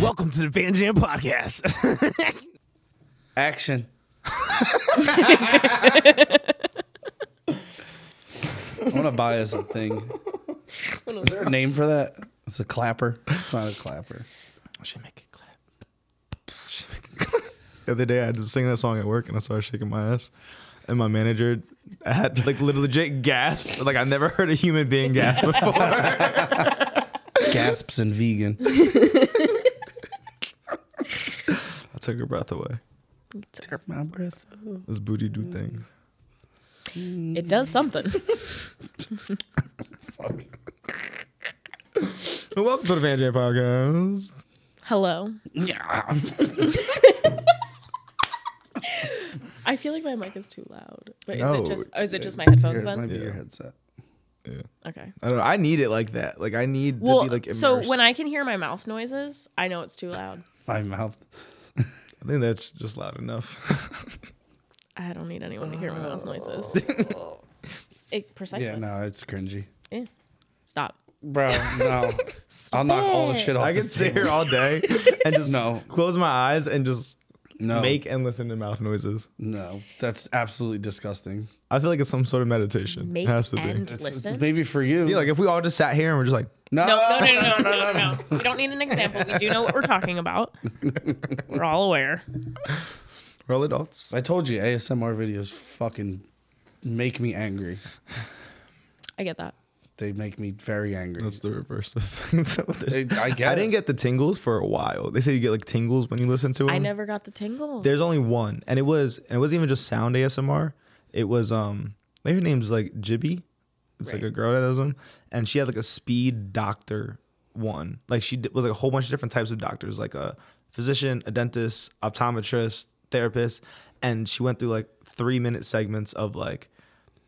Welcome to the Van Jam Podcast. Action. I want to buy us a thing. Is there a name for that? It's a clapper. It's not a clapper. Should make it clap. The other day, I was singing that song at work, and I started shaking my ass. And my manager had like literally legit gasp. Like I never heard a human being gasp before. Gasps and vegan. I took her breath away. My breath. This booty do things. It does something. And welcome to the Van Jam Podcast. Hello. Yeah. I feel like my mic is too loud. But No, is it just oh, is it just my Here, headphones it might then? be your Yeah. headset. Yeah. Okay. I don't know. I need it like that. Like I need Well, to be like immersed. so when I can hear my mouth noises, I know it's too loud. My mouth. I think that's just loud enough. I don't need anyone to hear my mouth noises. it, precisely. Yeah, no, it's cringy. Yeah. Stop. Bro, no. I'll knock all the shit off. I can this sit table. here all day and just No. close my eyes and just Oh. No. make and listen to mouth noises. No. That's absolutely disgusting. I feel like it's some sort of meditation. Make it has to and be. listen. Maybe for you. Yeah, like if we all just sat here and we're just like, no. No, no, no, no, no, no, no, no. We don't need an example. We do know what we're talking about. We're all aware. we're all adults. I told you ASMR videos fucking make me angry. I get that. They make me very angry. That's the reverse of things. I- I get I didn't it. get the tingles for a while. They say you get like tingles when you listen to them. I never got the tingle. There's only one, and it was and it wasn't even just sound ASMR. It was um, like, her name's like Jibby. It's like Right. a girl that does them, and she had like a speed doctor one. Like she did, was like a whole bunch of different types of doctors, like a physician, a dentist, optometrist, therapist, and she went through like three minute segments of like,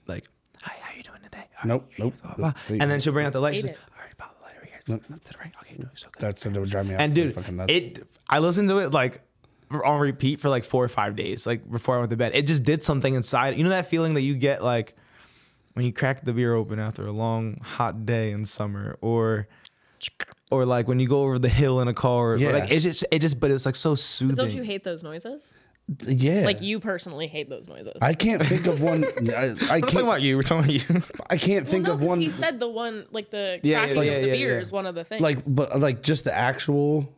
like, hi, how you doing today? All right, Nope, you're nope, blah, blah, nope. blah." And then she'll bring out the light. Hate She's like, it. All right, follow the light over here. It's Up to the right. Okay, no, so good. That's what would drive me out. And dude, it I listened to it like on repeat for like four or five days, like before I went to bed. It just did something inside. You know that feeling that you get like when you crack the beer open after a long hot day in summer, or or like when you go over the hill in a car. or, Yeah. Like it's just it just but it's like so Don't you soothing. hate those noises? yeah. Like you personally hate those noises. I can't think of one. I, I We're talking can't. about you. We're talking about you. I can't think no, of 'cause one. He said the one like the Yeah, yeah, cracking yeah, of the yeah, beer yeah. is one of the things. Like, but like just the actual.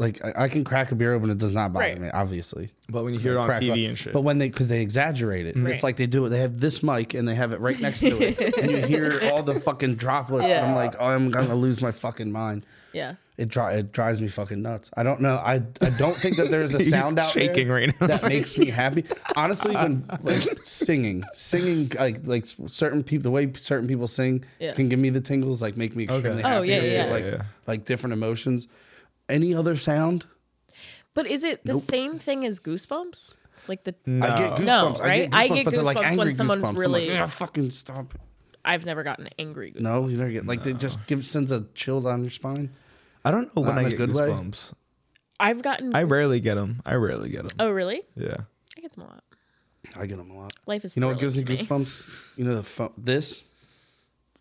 Like I, I can crack a beer open. It does not bother Right. me, obviously. But when you hear it Like, on crack TV one- and shit, But when they, because they exaggerate it, Right. it's like they do it. They have this mic and they have it right next to it, and you hear all the fucking droplets. And I'm Yeah. like, oh, I'm gonna lose my fucking mind. yeah, It, dri- it drives me fucking nuts. I don't know. I I don't think that there's a He's sound out there shaking right now. that makes me happy. Honestly, when like singing, singing like like certain people, the way certain people sing Yeah. can give me the tingles, like make me extremely Oh, happy. yeah, or yeah, yeah. Like Yeah. like different emotions. Any other sound? but is it the same thing as goosebumps? Like the I get goosebumps. No, right? I get but they're, goosebumps when someone's I'm really- like, "Yeah, fucking stop. it." I've never gotten angry goosebumps. No, you never get like they just give sends a chill down your spine. I don't know when Not in I a get good way. goosebumps. I've gotten. I rarely get them. I rarely get them. oh really? Yeah. I get them a lot. I get them a lot. Life is. You know what gives thrilling me to goosebumps? You know the fo- this,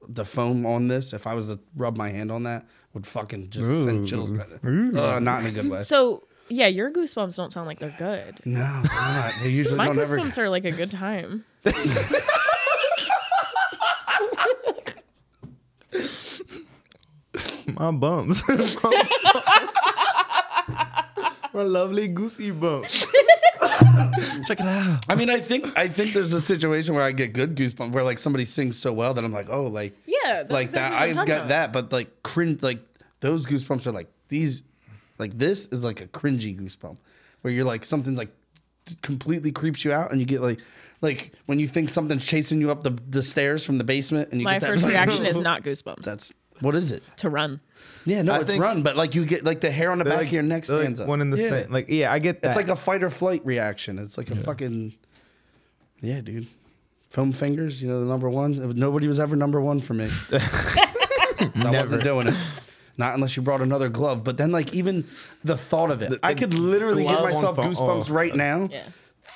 the foam on this. If I was to rub my hand on that, would fucking just send chills. Uh, not in a good way. So yeah, your goosebumps don't sound like they're good. no, they're not. they usually My don't ever. goosebumps are like a good time. My bumps. My lovely goosey bumps. Check it out. I mean, I think I think there's a situation where I get good goosebumps, where like somebody sings so well that I'm like, oh, like Yeah, that's like that. exactly what I'm I've talking got about. that, but like cringe, like those goosebumps are like these, like this is like a cringy goosebump, where you're like something's like completely creeps you out, and you get like like when you think something's chasing you up the, the stairs from the basement, and you My get that first fucking- reaction is not goosebumps. that's what is it? to run. Yeah, no, I it's think- run, but like you get like the hair on the back of your neck they're stands up. One in the Yeah. same. Like, yeah, I get that. It's like a fight or flight reaction. It's like a fucking yeah, dude. Foam fingers, you know the number ones. Nobody was ever number one for me. I wasn't doing it. Not unless you brought another glove. But then, like even the thought of it, I could literally give glove on myself foam- goosebumps oh. right now. Yeah.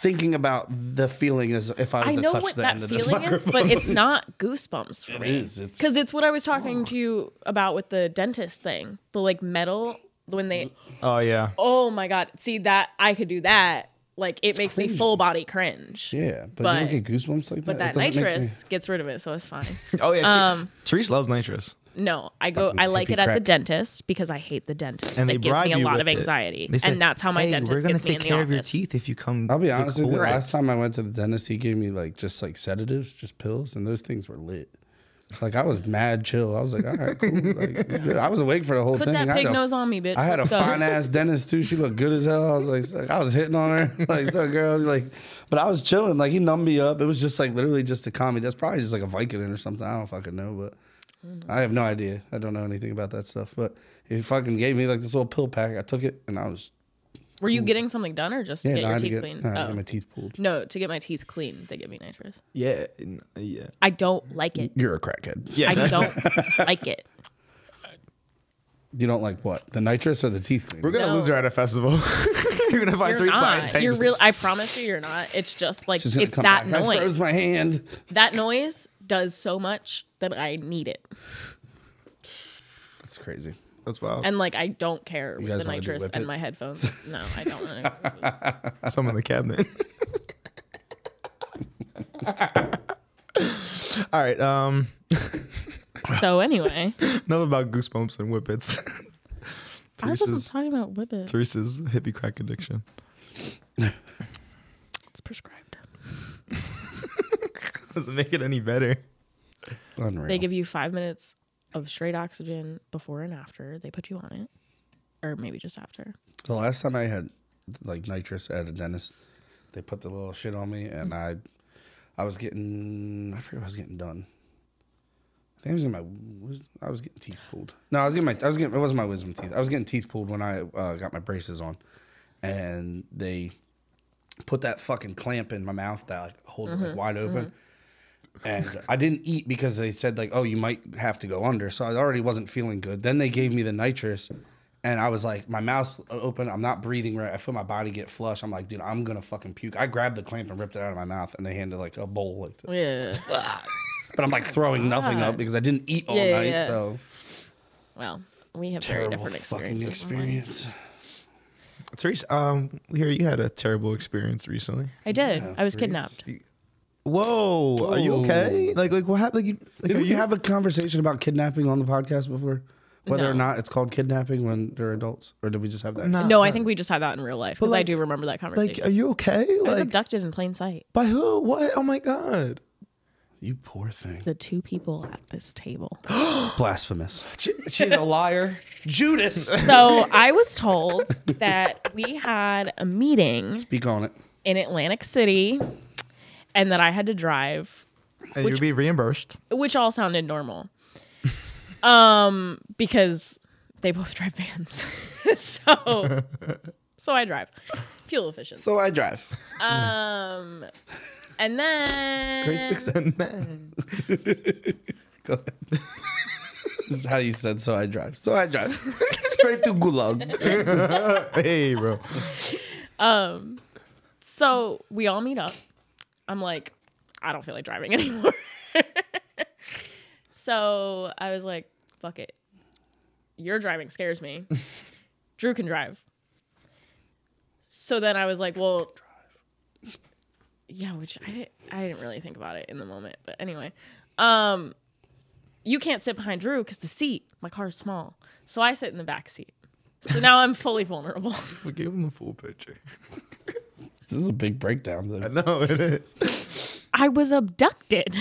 thinking about the feeling as if I was I to know touch what the that end of this feeling microphone. is, but it's not goosebumps for me. is, Oh. it's- Because it's what I was talking to you about with the dentist thing, the like metal when they. Oh yeah. Oh my god! See that I could do that. Like it makes me cringy. full body cringe. yeah, but, But- you don't get goosebumps like that. But that It doesn't make me- nitrous gets rid of it, so it's fine. Oh yeah. she- Um, Therese loves nitrous. No, I go. I like hippie it at the crap. dentist because I hate the dentist. And they it gives bribe me a you lot with of it. anxiety, They said, and that's how my "Hey, dentist We're gonna gets me take in the care office. of your teeth if you come. I'll be honest with you. The record." last time I went to the dentist, he gave me like just like sedatives, just pills, and those things were lit. Like I was mad chill. I was like, all right, cool. Like, good. I was awake for the whole Put thing. that I had big a- nose on me, bitch. I had a Let's go. fine ass dentist too. She looked good as hell. I was like, like, I was hitting on her, like so girl, like. But I was chilling. Like he numbed me up. It was just like literally just a comedy. That's probably just like a Vicodin or something. I don't fucking know, but I have no idea. I don't know anything about that stuff. But he fucking gave me like this little pill pack. I took it and I was Were you getting something done or just to yeah. get no, I your had to teeth get, cleaned? no, I had to Oh. get my teeth pulled. No, to get my teeth cleaned, they give me nitrous. Yeah. n- Yeah. I don't like it. You're a crackhead. Yeah. I that's- don't like it. You don't like what? The nitrous or the teeth cleaning? We're gonna No. lose her at a festival. you're gonna find Therese You're behind not. tanks. You're real. I promise you, you're not. It's just like She's gonna it's come that back. I noise. froze my hand. That noise does so much that I need it, That's crazy. That's wild. and like I don't care with guys the wanna do nitrous and my whippets? headphones. No, I don't. want to. Some in the cabinet. All right. Um, So anyway, enough about goosebumps and whippets. I wasn't Teresa's, talking about whippets. Teresa's hippie crack addiction. It's prescribed. Doesn't make it any better. Unreal. They give you five minutes of straight oxygen before and after they put you on it, or maybe just after. The last time I had like nitrous at a dentist, they put the little shit on me, and Mm-hmm. I, I was getting, I forget what I was getting done. I think I was getting my, wis- I was getting teeth pulled. No, I was getting my, I was getting, it wasn't my wisdom teeth. I was getting teeth pulled when I uh, got my braces on, and they put that fucking clamp in my mouth that like holds it like wide open. And I didn't eat because they said like, oh, you might have to go under. So I already wasn't feeling good. Then they gave me the nitrous, and I was like, my mouth's open. I'm not breathing right. I feel my body get flushed. I'm like, dude, I'm gonna fucking puke. I grabbed the clamp and ripped it out of my mouth, and they handed like a bowl like, this. Yeah. but I'm like throwing nothing up because I didn't eat all Yeah, yeah, night. yeah. So well, we have very terrible different fucking experiences. experience. Teresa, um, we hear you had a terrible experience recently. I did. I was Reese. kidnapped. Whoa, are you okay? Like, like what happened? Like, you, like, Didn't are you have a conversation about kidnapping on the podcast before? Whether or No. not it's called kidnapping when they're adults, or did we just have that? Nah. No, I think we just had that in real life because I like- do remember that like, conversation. are you okay? I was Like, abducted in plain sight. by who? What? Oh my god! You poor thing. The two people at this table. Blasphemous. She's a liar. Judas. So I was told that we had a meeting Speak on it. in Atlantic City and that I had to drive, and you'd be reimbursed. which all sounded normal. Um, because they both drive vans. so so I drive. Fuel efficient. Oh, So I drive. Um and then Great success, man. Go ahead. this is how you said so I drive. So I drive. Straight to Gulag. hey, bro. So we all meet up. I'm like, I don't feel like driving anymore. so I was like, fuck it. Your driving scares me. Drew can drive. So then I was like, well, yeah, which I didn't, I didn't really think about it in the moment, but anyway, um, you can't sit behind Drew because the seat, my car's small, so I sit in the back seat. So now I'm fully vulnerable. We gave him the full picture. This is a big breakdown. I Though. know it is. I was abducted.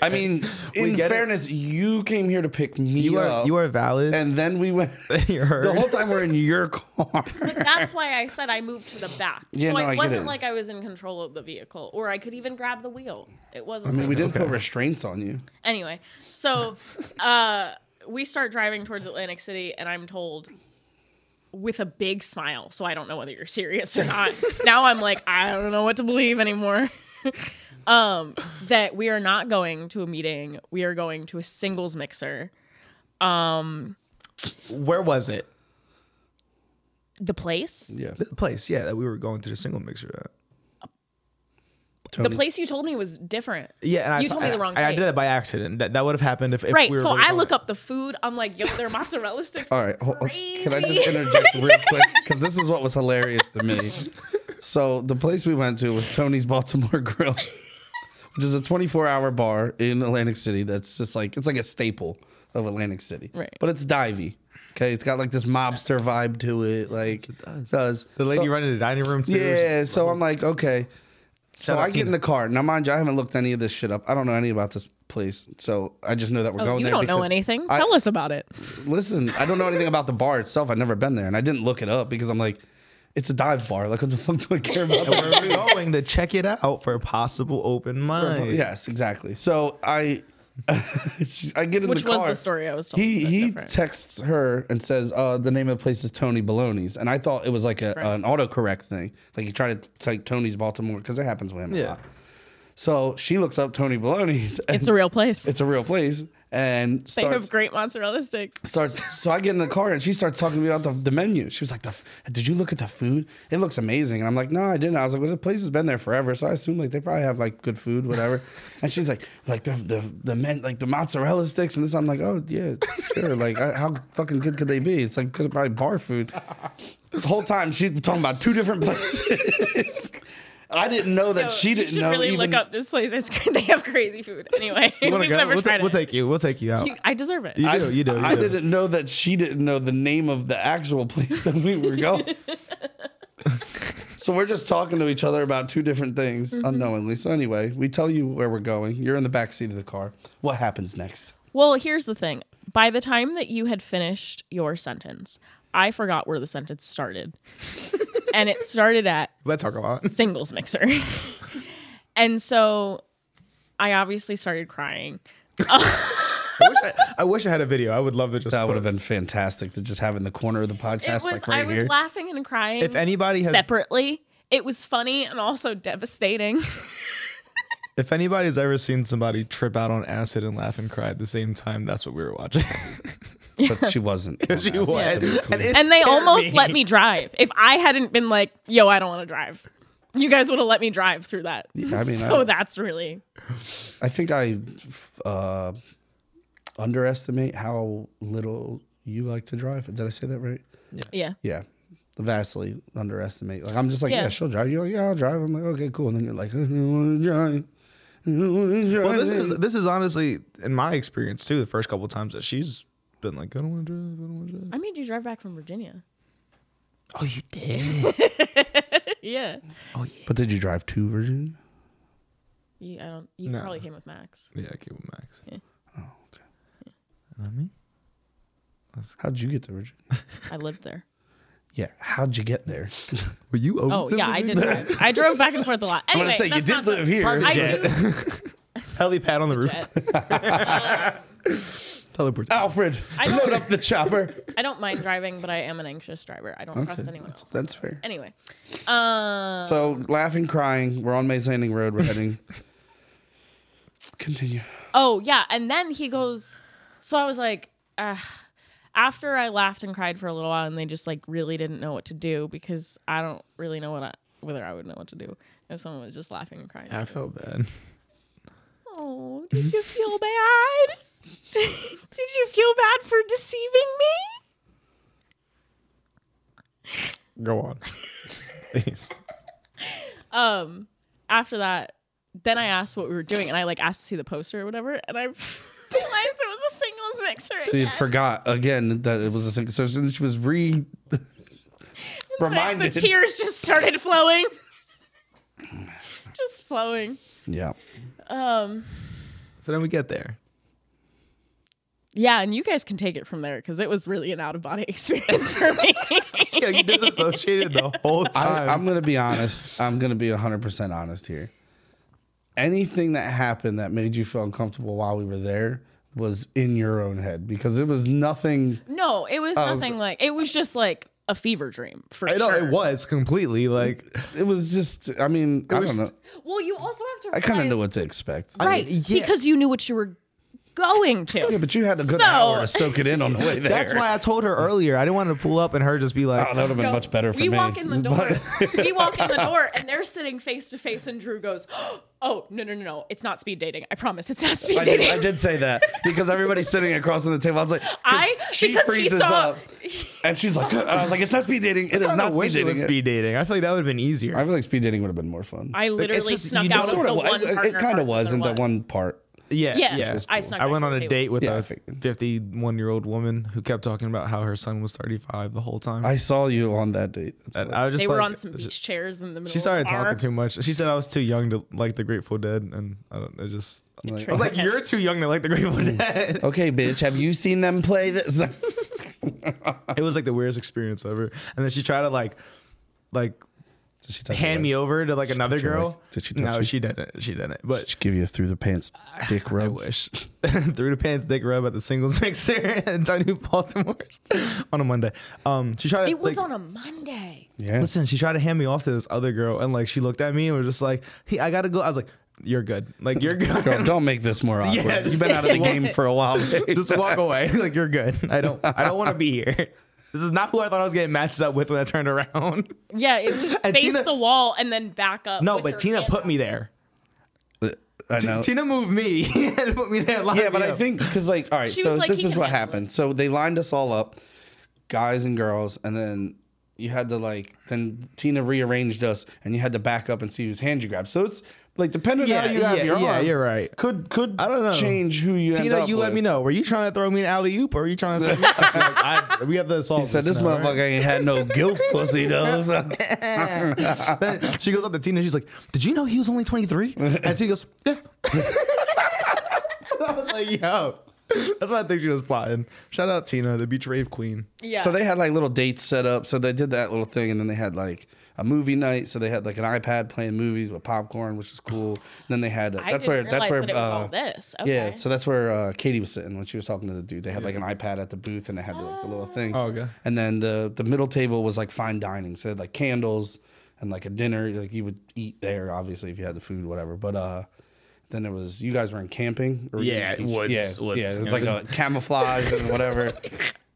I mean, in get it. fairness, you came here to pick me You up. are you are valid. and then we went. you're hurt. The whole time we're in your car. That's why I said I moved to the back. Yeah, so no, it I get wasn't it. like I was in control of the vehicle or I could even grab the wheel. It wasn't. I mean, we like- didn't put restraints on you. Anyway, so uh, we start driving towards Atlantic City and I'm told with a big smile, so I don't know whether you're serious or not. now I'm like, I don't know what to believe anymore. um, that we are not going to a meeting, we are going to a singles mixer. Where was it? The place? Yeah. The place, yeah, that we were going to the single mixer at. Tony. The place you told me was different. Yeah, and you I, told me the wrong. I, I place. did that by accident. That, that would have happened if, if Right. we were so really I going look there. up the food. I'm like, yo, their mozzarella sticks. All right, hold, can I just Crazy. interject real quick? Because this is what was hilarious to me. So the place we went to was Tony's Baltimore Grill, which is a 24-hour bar in Atlantic City. That's just like it's like a staple of Atlantic City. Right. But it's divey. Okay, it's got like this mobster vibe to it. Like it does. The lady So- running the dining room too. yeah, so I'm like, okay. So Shout out I get in Tina. the car. Now, mind you, I haven't looked any of this shit up. I don't know any about this place. So I just know that we're Oh, going you there. don't know because anything. I- Tell us about it. Listen, I don't know anything about the bar itself. I've never been there, and I didn't look it up because I'm like, it's a dive bar. Like, what the fuck do I care about? And where we're going to check it out for a possible open mic. yes, exactly. So I, I get in Which the car. was the story I was told. He but he different. texts her and says, uh, "The name of the place is Tony Baloney's," and I thought it was like a, an autocorrect thing. Like he tried to type Tony's Baltimore because it happens with him a Yeah. lot. So she looks up Tony Baloney's. And it's a real place. it's a real place, and They starts, have great mozzarella sticks. starts so I get in the car and she starts talking to me about the, the menu. She was like, the, f- "Did you look at the food? It looks amazing." And I'm like, "No, I didn't." I was like, "Well, the place has been there forever, so I assume like they probably have like good food, whatever." And she's like, "Like the the the men like the mozzarella sticks and this." I'm like, "Oh yeah, sure. Like I, how fucking good could they be? It's like could probably bar food." The whole time she's talking about two different places. I didn't know that Yo, she you didn't should know really even look up this place. It's great. They have crazy food. Anyway, You wanna we've go? never we'll, tried take, we'll it. take you. We'll take you out. You- I deserve it. You do. You do. You I do. didn't know that she didn't know the name of the actual place that we were going. so we're just talking to each other about two different things Mm-hmm. unknowingly. So anyway, we tell you where we're going. You're in the back seat of the car. What happens next? Well, here's the thing. By the time that you had finished your sentence, I forgot where the sentence started. and it started at Let's talk about. it. singles mixer. and so I obviously started crying. I wish I, I wish I had a video. I would love to just. That put would have it. been fantastic to just have in the corner of the podcast, it was like right I was here. laughing and crying If anybody has, separately. It was funny and also devastating. if anybody's ever seen somebody trip out on acid and laugh and cry at the same time, that's what we were watching. but she wasn't. She That's was. to be And clear. it- and they almost me. let me drive. If I hadn't been like, yo, I don't want to drive. You guys would have let me drive through that. I mean, so I- that's really I think I uh, underestimate how little you like to drive. Did I say that right? yeah. Yeah. Vastly underestimate. Like I'm just like, yeah, Yeah. she'll drive. You're like, yeah, I'll drive. I'm like, okay, cool. And then you're like, I don't want to drive. I don't wanna drive. well, this is this is honestly in my experience too. The first couple of times that she's been like, I don't want to drive. I don't want to drive. I made you drive back from Virginia. Oh, you did. Oh, Yeah. But did you drive to Virginia? You, I don't. You No. probably came with Max. yeah, I came with Max. Oh, okay. You know what I mean? How'd you get to Virginia? I lived there. Yeah. How'd you get there? Were you? Oh yeah, I did. Drive. I drove back and forth a lot. Anyway, I'm gonna say you that's not did the- live here. I Jet. do. Helipad on the roof. Teleport. Alfred, I don't- load up the chopper. I don't mind driving, but I am an anxious driver. I don't trust anyone else. That's fair. Anyway, uh, So laughing, crying. We're on Mays Landing Road. We're heading. Continue. oh yeah, and then he goes. So I was like, uh, after I laughed and cried for a little while, and they just like really didn't know what to do because I don't really know what I whether I would know what to do if someone was just laughing and crying. I felt bad. Oh, did you feel bad? did you feel bad for deceiving me? Go on. Please. Um, after that, then I asked what we were doing, and I like asked to see the poster or whatever, and I realized it was a singles mixer. So you again. forgot again that it was a single. So since she was re Like, reminded. The tears just started flowing, just flowing. Yeah. Um, So then we get there. yeah, and you guys can take it from there because it was really an out of body experience for me. Yeah, you disassociated the whole I, time. I'm gonna be honest. I'm gonna be 100 percent honest here. Anything that happened that made you feel uncomfortable while we were there was in your own head because it was nothing. no, it Um, was nothing like it was just like a fever dream for I know sure. it was completely like It was just. I mean, I was- don't know. Well, you also have to. I kind of realize- know what to expect. right yeah. because you knew what you were going to. Yeah, but you had a good So- hour to soak it in on the way there. That's why I told her earlier. I didn't want her to pull up and her just be like, Oh, that would have been No, much better for we me. walk in the door. we walk in the door, and they're sitting face to face, and Drew goes, "Oh no, no, no, no! It's not speed dating. I promise, it's not speed I did, dating." I did say that because everybody's sitting across from the table. I was like, 'cause I- she because he freezes saw- up, and she's like, and I was like, it's not speed dating. It is I not not speed wish it dating. was speed dating. I feel like that would have been easier. I feel like speed dating would have been more fun. I literally just- snuck you out know- of sort the Sorta wa- one. it- it, partner kind part of was there in the one part. yeah, Yeah, yeah. I snuck. I back went to on the a table. date with Yeah, I a figured. 51 year old woman who kept talking about how her son was 35 the whole time. I saw you on that date. That's And all. I was just They were like- on some beach chairs in the middle. She started of the bar. talking too much. She said I was too young to like the Grateful Dead, and I don't. I just. I was like, you're too young to like the Grateful Dead. Mm. okay, bitch. Have you seen them play this? it was like the weirdest experience ever. And then she tried to like, like she touch hand your me leg? over to like another touch your girl. leg? Did she touch No, you? she didn't. She didn't. Did But she give you a through the pants dick I rub? wish through the pants dick rub at the singles mixer in Tiny Baltimore's on a Monday. Um, she tried. to, It was like, on a Monday. Yeah. Listen, she tried to hand me off to this other girl, and like she looked at me and was just like, "Hey, I gotta go." I was like, "You're good. Like you're good." Girl, don't make this more awkward. Yeah, You've been out of the just- game for a while. babe. just walk away. like you're good. I don't. I don't want to be here. This is not who I thought I was getting matched up with when I turned around. Yeah, it was And face Tina- the wall and then back up. No, with her but Tina hand put up. me there. I know. Tina moved me and put me there. lined Yeah, but me I up. think because like, all right, She so was like, this "He is can what handle happened. So they lined us all up, guys and girls, and then you had to like then Tina rearranged us, and you had to back up and see whose hand you grabbed. So it's like depending Yeah, on how you have yeah, your yeah, arm, you're right. Could could I don't know. change who you end Tina, up you let with. me know. Were you trying to throw me an alley oop, or were you trying to? Like, I, we have to solve. He said this, this now, motherfucker ain't had no guilt pussy though. So. right? Then she goes up to Tina. She's like, "Did you know he was only 23?" And Tina goes, "Yeah." I was like, "Yo." That's what I think she was plotting. Shout out Tina, the beach rave queen. Yeah. So they had like little dates set up. So they did that little thing, and then they had like a movie night. So they had like an iPad playing movies with popcorn, which is cool. And then they had I that's didn't where that's realize where that it was all uh, this. Yeah, Okay. so that's where uh, Katie was sitting when she was talking to the dude. They had like an iPad at the booth, and they had like a little thing. Oh, okay. And then the the middle table was like fine dining, so they had like candles and like a dinner. Like you would eat there, obviously, if you had the food, whatever. But uh, then there was you guys were in camping. Or Yeah, you- woods, Yeah, woods, yeah. It yeah. was like a camouflage and whatever.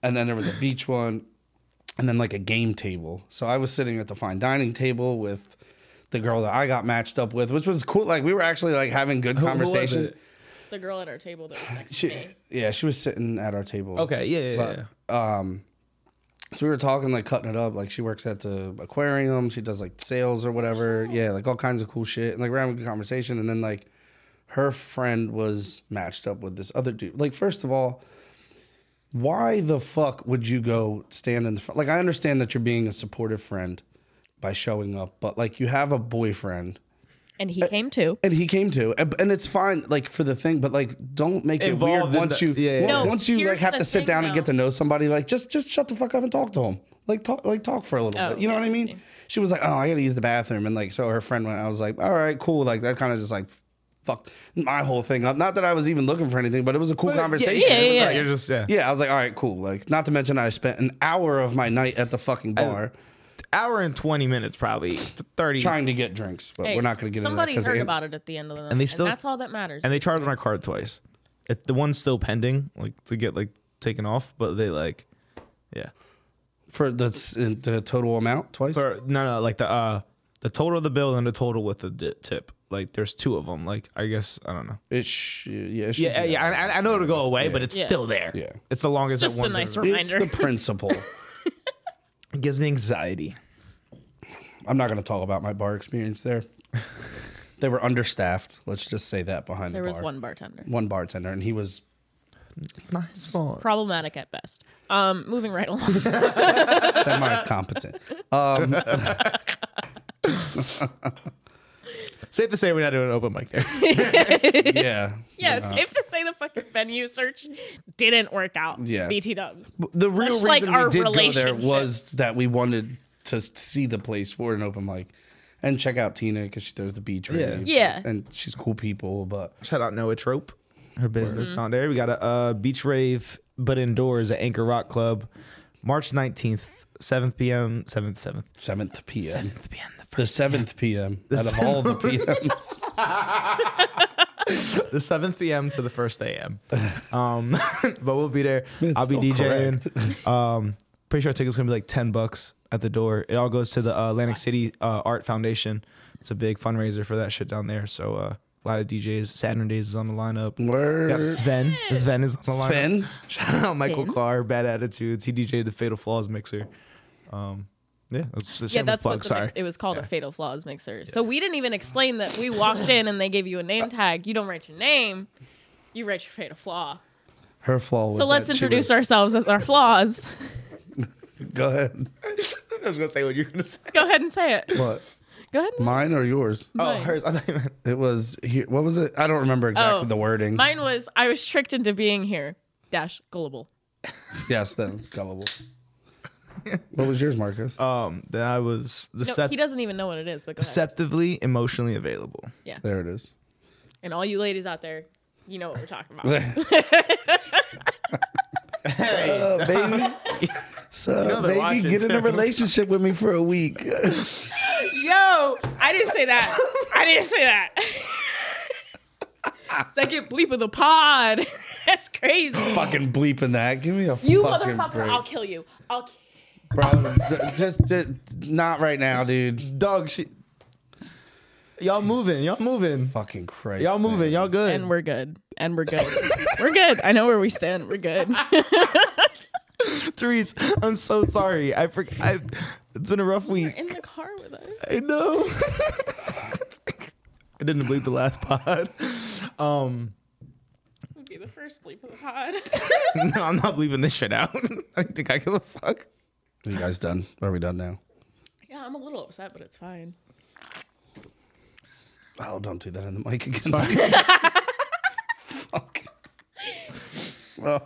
And then there was a beach one, and then like a game table. So I was sitting at the fine dining table with the girl that I got matched up with, which was cool. Like we were actually like having good who was conversation. it? the girl at our table that was next to She, yeah, she was sitting at our table. Okay, yeah, yeah, yeah. So we were talking, like cutting it up. Like she works at the aquarium. She does like sales or whatever. Yeah, like all kinds of cool shit. And like we're having a good conversation. And then like her friend was matched up with this other dude. Like, first of all, why the fuck would you go stand in the front? Like, I understand that you're being a supportive friend by showing up, but like you have a boyfriend. And he came too. And he came to, and and it's fine, like for the thing, but like, don't make it Involved weird in once the- you yeah, yeah, on- yeah. once you No, like have here's to the sit thing, down and though. get to know somebody. Like, just just shut the fuck up and talk to him. Like talk like talk for a little Oh, bit. You know yeah, what I mean? She was like, oh, I gotta use the bathroom, and like so her friend went. I was like, all right, cool. Like that kind of just like fucked my whole thing up. Not that I was even looking for anything, but it was a cool conversation. yeah, It was yeah, like- You're just yeah. yeah, I was like, all right, cool. Like, not to mention I spent an hour of my night at the fucking bar hour and 20 minutes probably 30 trying to get drinks, but Hey, we're not gonna get somebody into that heard Ann- about it at the end of the night, they still- that's all that matters. and they charged my card twice it, the one's still pending like to get like taken off but they like yeah for the the total amount twice. For- no no like the uh the total of the bill and the total with the di- tip like there's two of them like i guess i don't know It sh- yeah, it should yeah be yeah that. I, I know it'll go away but it's Yeah. still there Yeah. it's the longest It's just I've a won for- nice It's reminder. the principle. it gives me anxiety I'm not going to talk about my bar experience there. They were understaffed. Let's just say that behind there the bar. was one bartender. One bartender, and he was. it's not his fault Problematic at best. Um, moving right along. semi-competent. Um, safe to say we're not doing an open mic there yeah, yeah, safe to say the fucking venue search didn't work out. Yeah. BT dubs. the real Much like reason our we did go there relationships. was that we wanted to see the place for an open mic, and check out Tina because she throws the beach. rave, Yeah. and she's cool people, but Shout out Noah Trope. Her business down there. We got a uh, beach rave, but indoors at Anchor Rock Club, March 19th, 7th p.m. 7th, 7th. seventh p.m. 7th p.m. The The seventh p.m. out of all the p.m.s. the 7th p.m. to the 1st a.m. Um, but we'll be there. It's I'll be still DJing. Um, pretty sure our ticket's gonna be like 10 bucks at the door. It all goes to the uh, Atlantic City uh, Art Foundation. It's a big fundraiser for that shit down there. So uh, a lot of DJs. Saturdays is on the lineup. Word. Yeah, Sven. Sven is on the lineup. Sven. Shout out Michael Sven. Carr, Bad Attitudes. He DJ'd the Fatal Flaws mixer. Um, yeah, that's just a Yeah, shameless that's plug. what the Sorry. mix- it was called a Fatal Flaws mixer. So we didn't even explain that we walked in and they gave you a name tag. You don't write your name, you write your fatal flaw. Her flaw was So let's that she introduce was- ourselves as our flaws. Go ahead. I was gonna say what you're gonna say. Go ahead and say it. What? Go ahead. And Mine or yours? Oh, Mine. hers. I thought you meant It was here. What was it? I don't remember exactly Oh, the wording. Mine was I was tricked into being here. Dash gullible. yes, that was gullible. what was yours, Marcus? um that I was No, decept- he doesn't even know what it is, but go ahead. deceptively emotionally available. there it is. and all you ladies out there, you know what we're talking about. hey, Uh, baby. So, know they're baby, watching, get in a too. relationship with me for a week. Yo, I didn't say that. I didn't say that. Second bleep of the pod. That's crazy. fucking bleeping that. Give me a You fucking motherfucker, break. I'll kill you. I'll kill Bro, ju- just, just not right now, dude. Dog shit. Y'all moving, y'all moving. Fucking crazy. Y'all moving, y'all good. And we're good. And we're good. we're good. I know where we stand. We're good. Therese, I'm so sorry. I forgot. I, it's been a rough week. In the car with us. I know. I didn't believe the last pod. Um, Would be the first bleep of the pod. no, I'm not leaving this shit out. I don't think I give a fuck. Are you guys done? Are we done now? yeah, I'm a little upset, but it's fine. Oh, don't do that in the mic again. Fuck. Oh.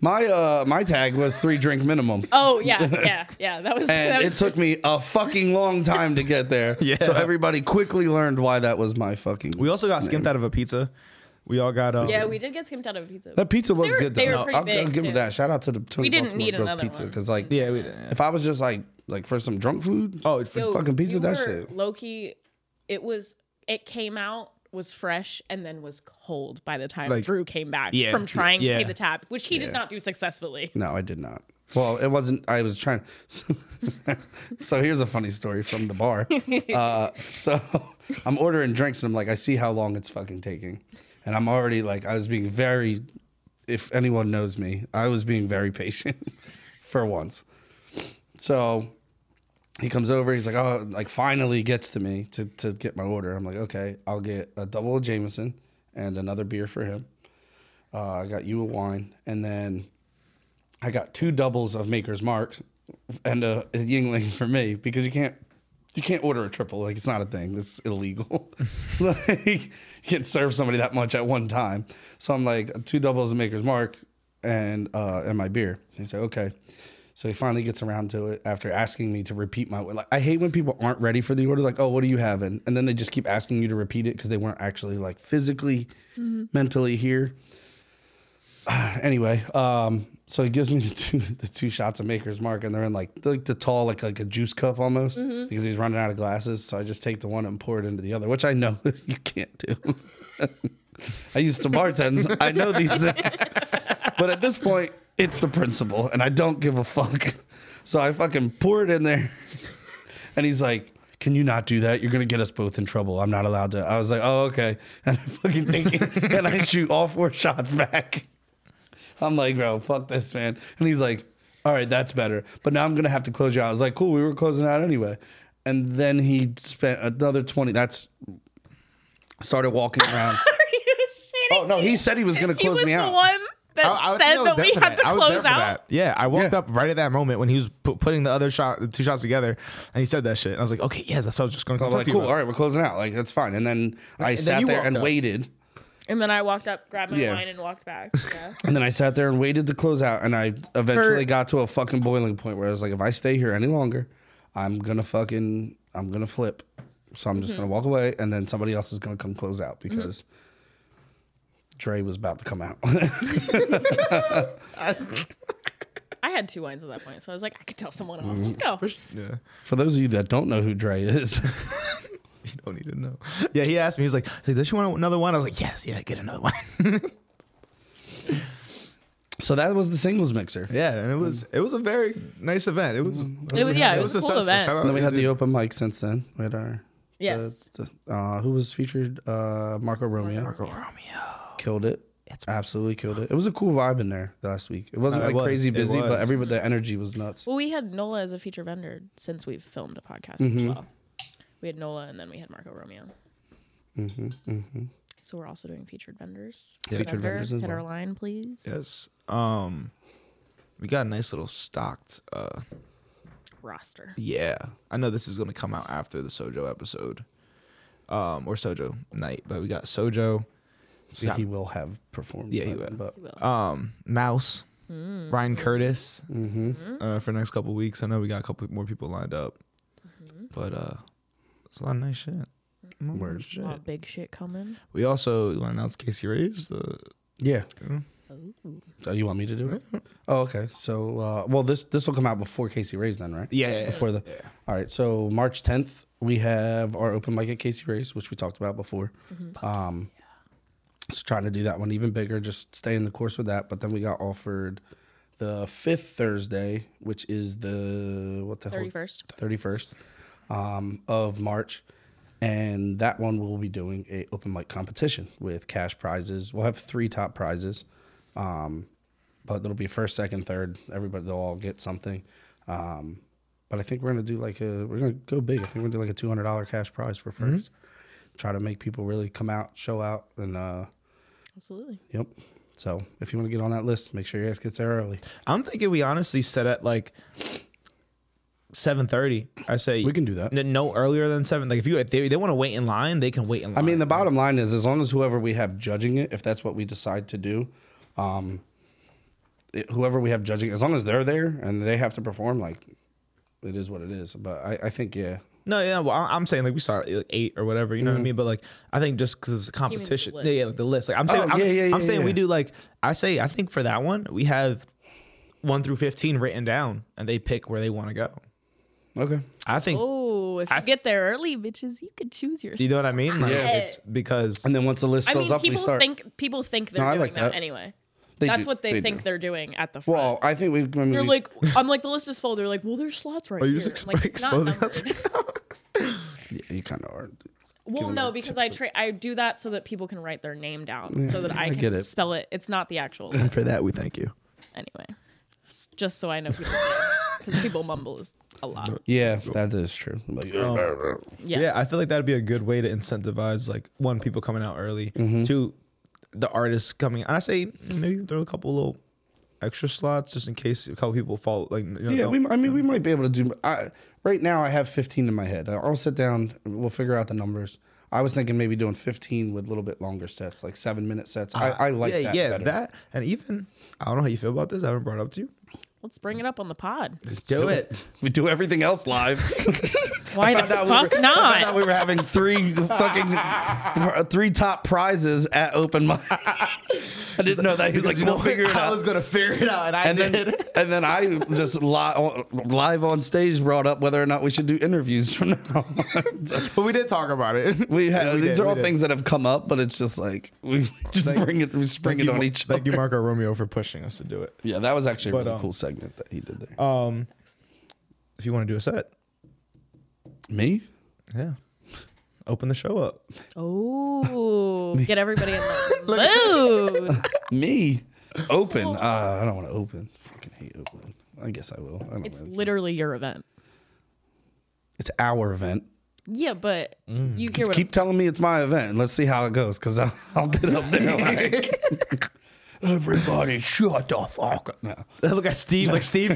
My uh, my tag was three drink minimum. Oh yeah, yeah, yeah. That was. that And was it took me a fucking long time to get there. Yeah. So everybody quickly learned why that was my fucking. We also got skimped out of a pizza. We all got. Um, Yeah, we did get skimped out of a pizza. that pizza was They were- good though. they were I'll, pretty I'll big, give too. it that. Shout out to the Tony We didn't Baltimore need Grills another pizza one. because like Yeah, we did. if I was just like like for some drunk food, Oh, for, Yo, fucking pizza you that were shit. Low-key, it was. It came out was fresh and then was cold by the time Like- Drew came back Yeah. from trying to Yeah. pay the tab, which he did not do successfully. No, I did not. Well, it wasn't. I was trying. So, so here's a funny story from the bar. Uh, so I'm ordering drinks and I'm like, I see how long it's fucking taking, and I'm already like, I was being very. If anyone knows me, I was being very patient for once. So he comes over. He's like, oh, like finally gets to me to to get my order. I'm like, okay, I'll get a double Jameson and another beer for him. Uh, I got you a wine, and then I got two doubles of Maker's Mark and a, a Yingling for me because you can't you can't order a triple like it's not a thing it's illegal like you can't serve somebody that much at one time so I'm like two doubles of Maker's Mark and uh and my beer he said okay so he finally gets around to it after asking me to repeat my like I hate when people aren't ready for the order like oh what are you having and then they just keep asking you to repeat it because they weren't actually like physically mentally here anyway, um, so he gives me the two the two shots of Maker's Mark, and they're in like the, like the tall like like a juice cup almost because he's running out of glasses. So I just take the one and pour it into the other, which I know you can't do. I used to bartend. I know these things, but at this point, it's the principle, and I don't give a fuck. So I fucking pour it in there. And he's like, "Can you not do that? You're gonna get us both in trouble. I'm not allowed to." I was like, "Oh, okay." And I fucking think, it, and I shoot all four shots back. I'm like, "Bro, fuck this, man." And he's like, "All right, that's better." But now I'm gonna have to close you out. I was like, "Cool, we were closing out anyway." And then he spent another twenty. That's started walking around. Are you shitting oh no, he said he was gonna He close was me the out. one that I- I think said I was that there we for had to I was there close for out. Yeah, I walked Yeah. up right at that moment when he was pu- putting the other shot, the two shots together, and he said that shit. And I was like, okay, yes, that's what I was just going to I'm talk like, to you cool. about. All right, we're closing out. Like that's fine. And then I And then sat you there walked and up. waited. And then I walked up, grabbed my Yeah. wine, and walked back. Yeah. And then I sat there and waited to close out, and I eventually For- got to a fucking boiling point where I was like, if I stay here any longer, I'm gonna fucking, I'm gonna flip. So I'm just Mm-hmm. gonna walk away, and then somebody else is gonna come close out because Dre was about to come out. I had two wines at that point, so I was like, I could tell someone off. Let's go. Yeah. For those of you that don't know who Dre is, you don't need to know. Yeah, he asked me. He was like, he's like, "Does she want another one?" I was like, "Yes, yeah, get another one." So that was the singles mixer. yeah, and it was it was a very nice event. It was, It was- yeah, it was a cool successful. event. Shout out And then we to had you, the open mic since then. We had our Yes. the- the- uh, who was featured? Uh, Marco Romeo dude. Girl, Romeo. killed it. Absolutely killed it. It was a cool vibe in there last week. It wasn't Uh, it like was. crazy It busy, was. but everybody the energy was nuts. Well, we had Nola as a feature vendor since we've filmed a podcast as Mm-hmm. well. We had Nola and then we had Marco Romeo. So we're also doing featured vendors. Mm-hmm, Featured vendors as Hit our well. line, please. Yes. Um, we got a nice little stocked. Uh, Roster. yeah, I know this is gonna come out after the Sojo episode, um, or Sojo night, but we got Sojo, So Yeah. he will have performed. Yeah, he by will. then, But um, Mouse, Ryan Curtis, mm-hmm. uh, for the next couple weeks. I know we got a couple more people lined up, but uh, it's a lot of nice shit. A lot of Word. nice A shit. lot of big shit coming. We also announced Casey Raves. The yeah. Mm-hmm. Ooh. Oh, you want me to do it? Oh, okay. So, uh, well, this this will come out before Casey Ray's then, right? Yeah, yeah, yeah. Before the. All right. So March 10th, we have our open mic at Casey Ray's, which we talked about before. Um, so trying to do that one even bigger, just stay in the course with that. But then we got offered the fifth Thursday, which is the what the hell? is- 31st. 31st um, of March. And that one we'll be doing a open mic competition with cash prizes. We'll have three top prizes, um, but it'll be first, second, third. Everybody they'll all get something. Um, but I think we're gonna do like a we're gonna go big. I think we're gonna do like a two hundred dollar cash prize for 1st Try to make people really come out, show out, and uh, Absolutely. yep. So if you want to get on that list, make sure your ass gets there early. I'm thinking we honestly set at like seven thirty. I say We can do that. n- No earlier than seven. Like if you if they, they want to wait in line, they can wait in line. I mean, the bottom line is as long as whoever we have judging it, if that's what we decide to do, um, it- whoever we have judging, as long as they're there and they have to perform, like it is what it is. But I, I think, yeah, no, yeah. Well, I- I'm saying like we start at like eight or whatever. You know Mm-hmm. what I mean? But like I think just because it's a competition. list. Yeah, yeah, like the list. Like I'm saying, Oh, I'm, yeah, yeah, I'm yeah, saying we yeah. do like I say. I think for that one we have one through fifteen written down, and they pick where they want to go. okay, I think. Oh, if you get there early, bitches, you could choose your. Do you know what I mean? Like, Yeah. It's because and then once the list I fills mean, up, we people start. think people think they're No, I doing like that. that. anyway. They That's do. what they, think do. they're doing at the front. Well, I think we. When they're we like, I'm like, the list is full. They're like, well, there's slots right Are you here. just I'm like, expo- it's exposing not us? numbered. yeah, you kind of are. Well, Give no, them because I tra- I do that so that people can write their name down, so that I, I can get it. spell it. It's not the actual list for that we thank you. anyway. It's just so I know people, because people mumble is a lot. Yeah, that is true. um, Like, Yeah. Yeah, I feel like that'd be a good way to incentivize like one people coming out early, Mm-hmm. two the artists coming. And I say maybe throw a couple little extra slots just in case a couple people fall. Like you know, Yeah, don't- we, I mean, we might be able to do. I, right now, I have 15 in my head. I'll sit down. We'll figure out the numbers. I was thinking maybe doing 15 with a little bit longer sets, like seven minute sets. I, I like yeah, Ah, that. yeah, better. that and even I don't know how you feel about this. I haven't brought it up to you. Let's bring it up on the pod. Let's do, it. We do everything else live. Why the out we fuck were- I thought not? we were having three fucking three top prizes at open mic. I didn't know that. He was like, You "We'll know, figure it I out." was gonna figure it out, and I and did. then, and then I just li- live on stage brought up whether or not we should do interviews from now. on. So- but we did talk about it. We have Yeah, we these did, are we all did. things that have come up, but it's just like we just bring it, we spring Thank it you, on Mar- each. Thank you, other. Marco Romeo, for pushing us to do it. Yeah, that was actually a But, really um, cool segment that he did there. Um, if you want to do a set, Me? yeah, open the show up. Oh, get everybody in the mood. Me? Open? Uh, I don't want to open. Fucking hate open. I guess I will. I don't It's know. literally your event. It's our event. Yeah, but you hear what Mm. Keep telling me it's my event. and Let's see how it goes, because I'll, I'll get up there like everybody shut the fuck up. No. Look at Steve. Like Steve,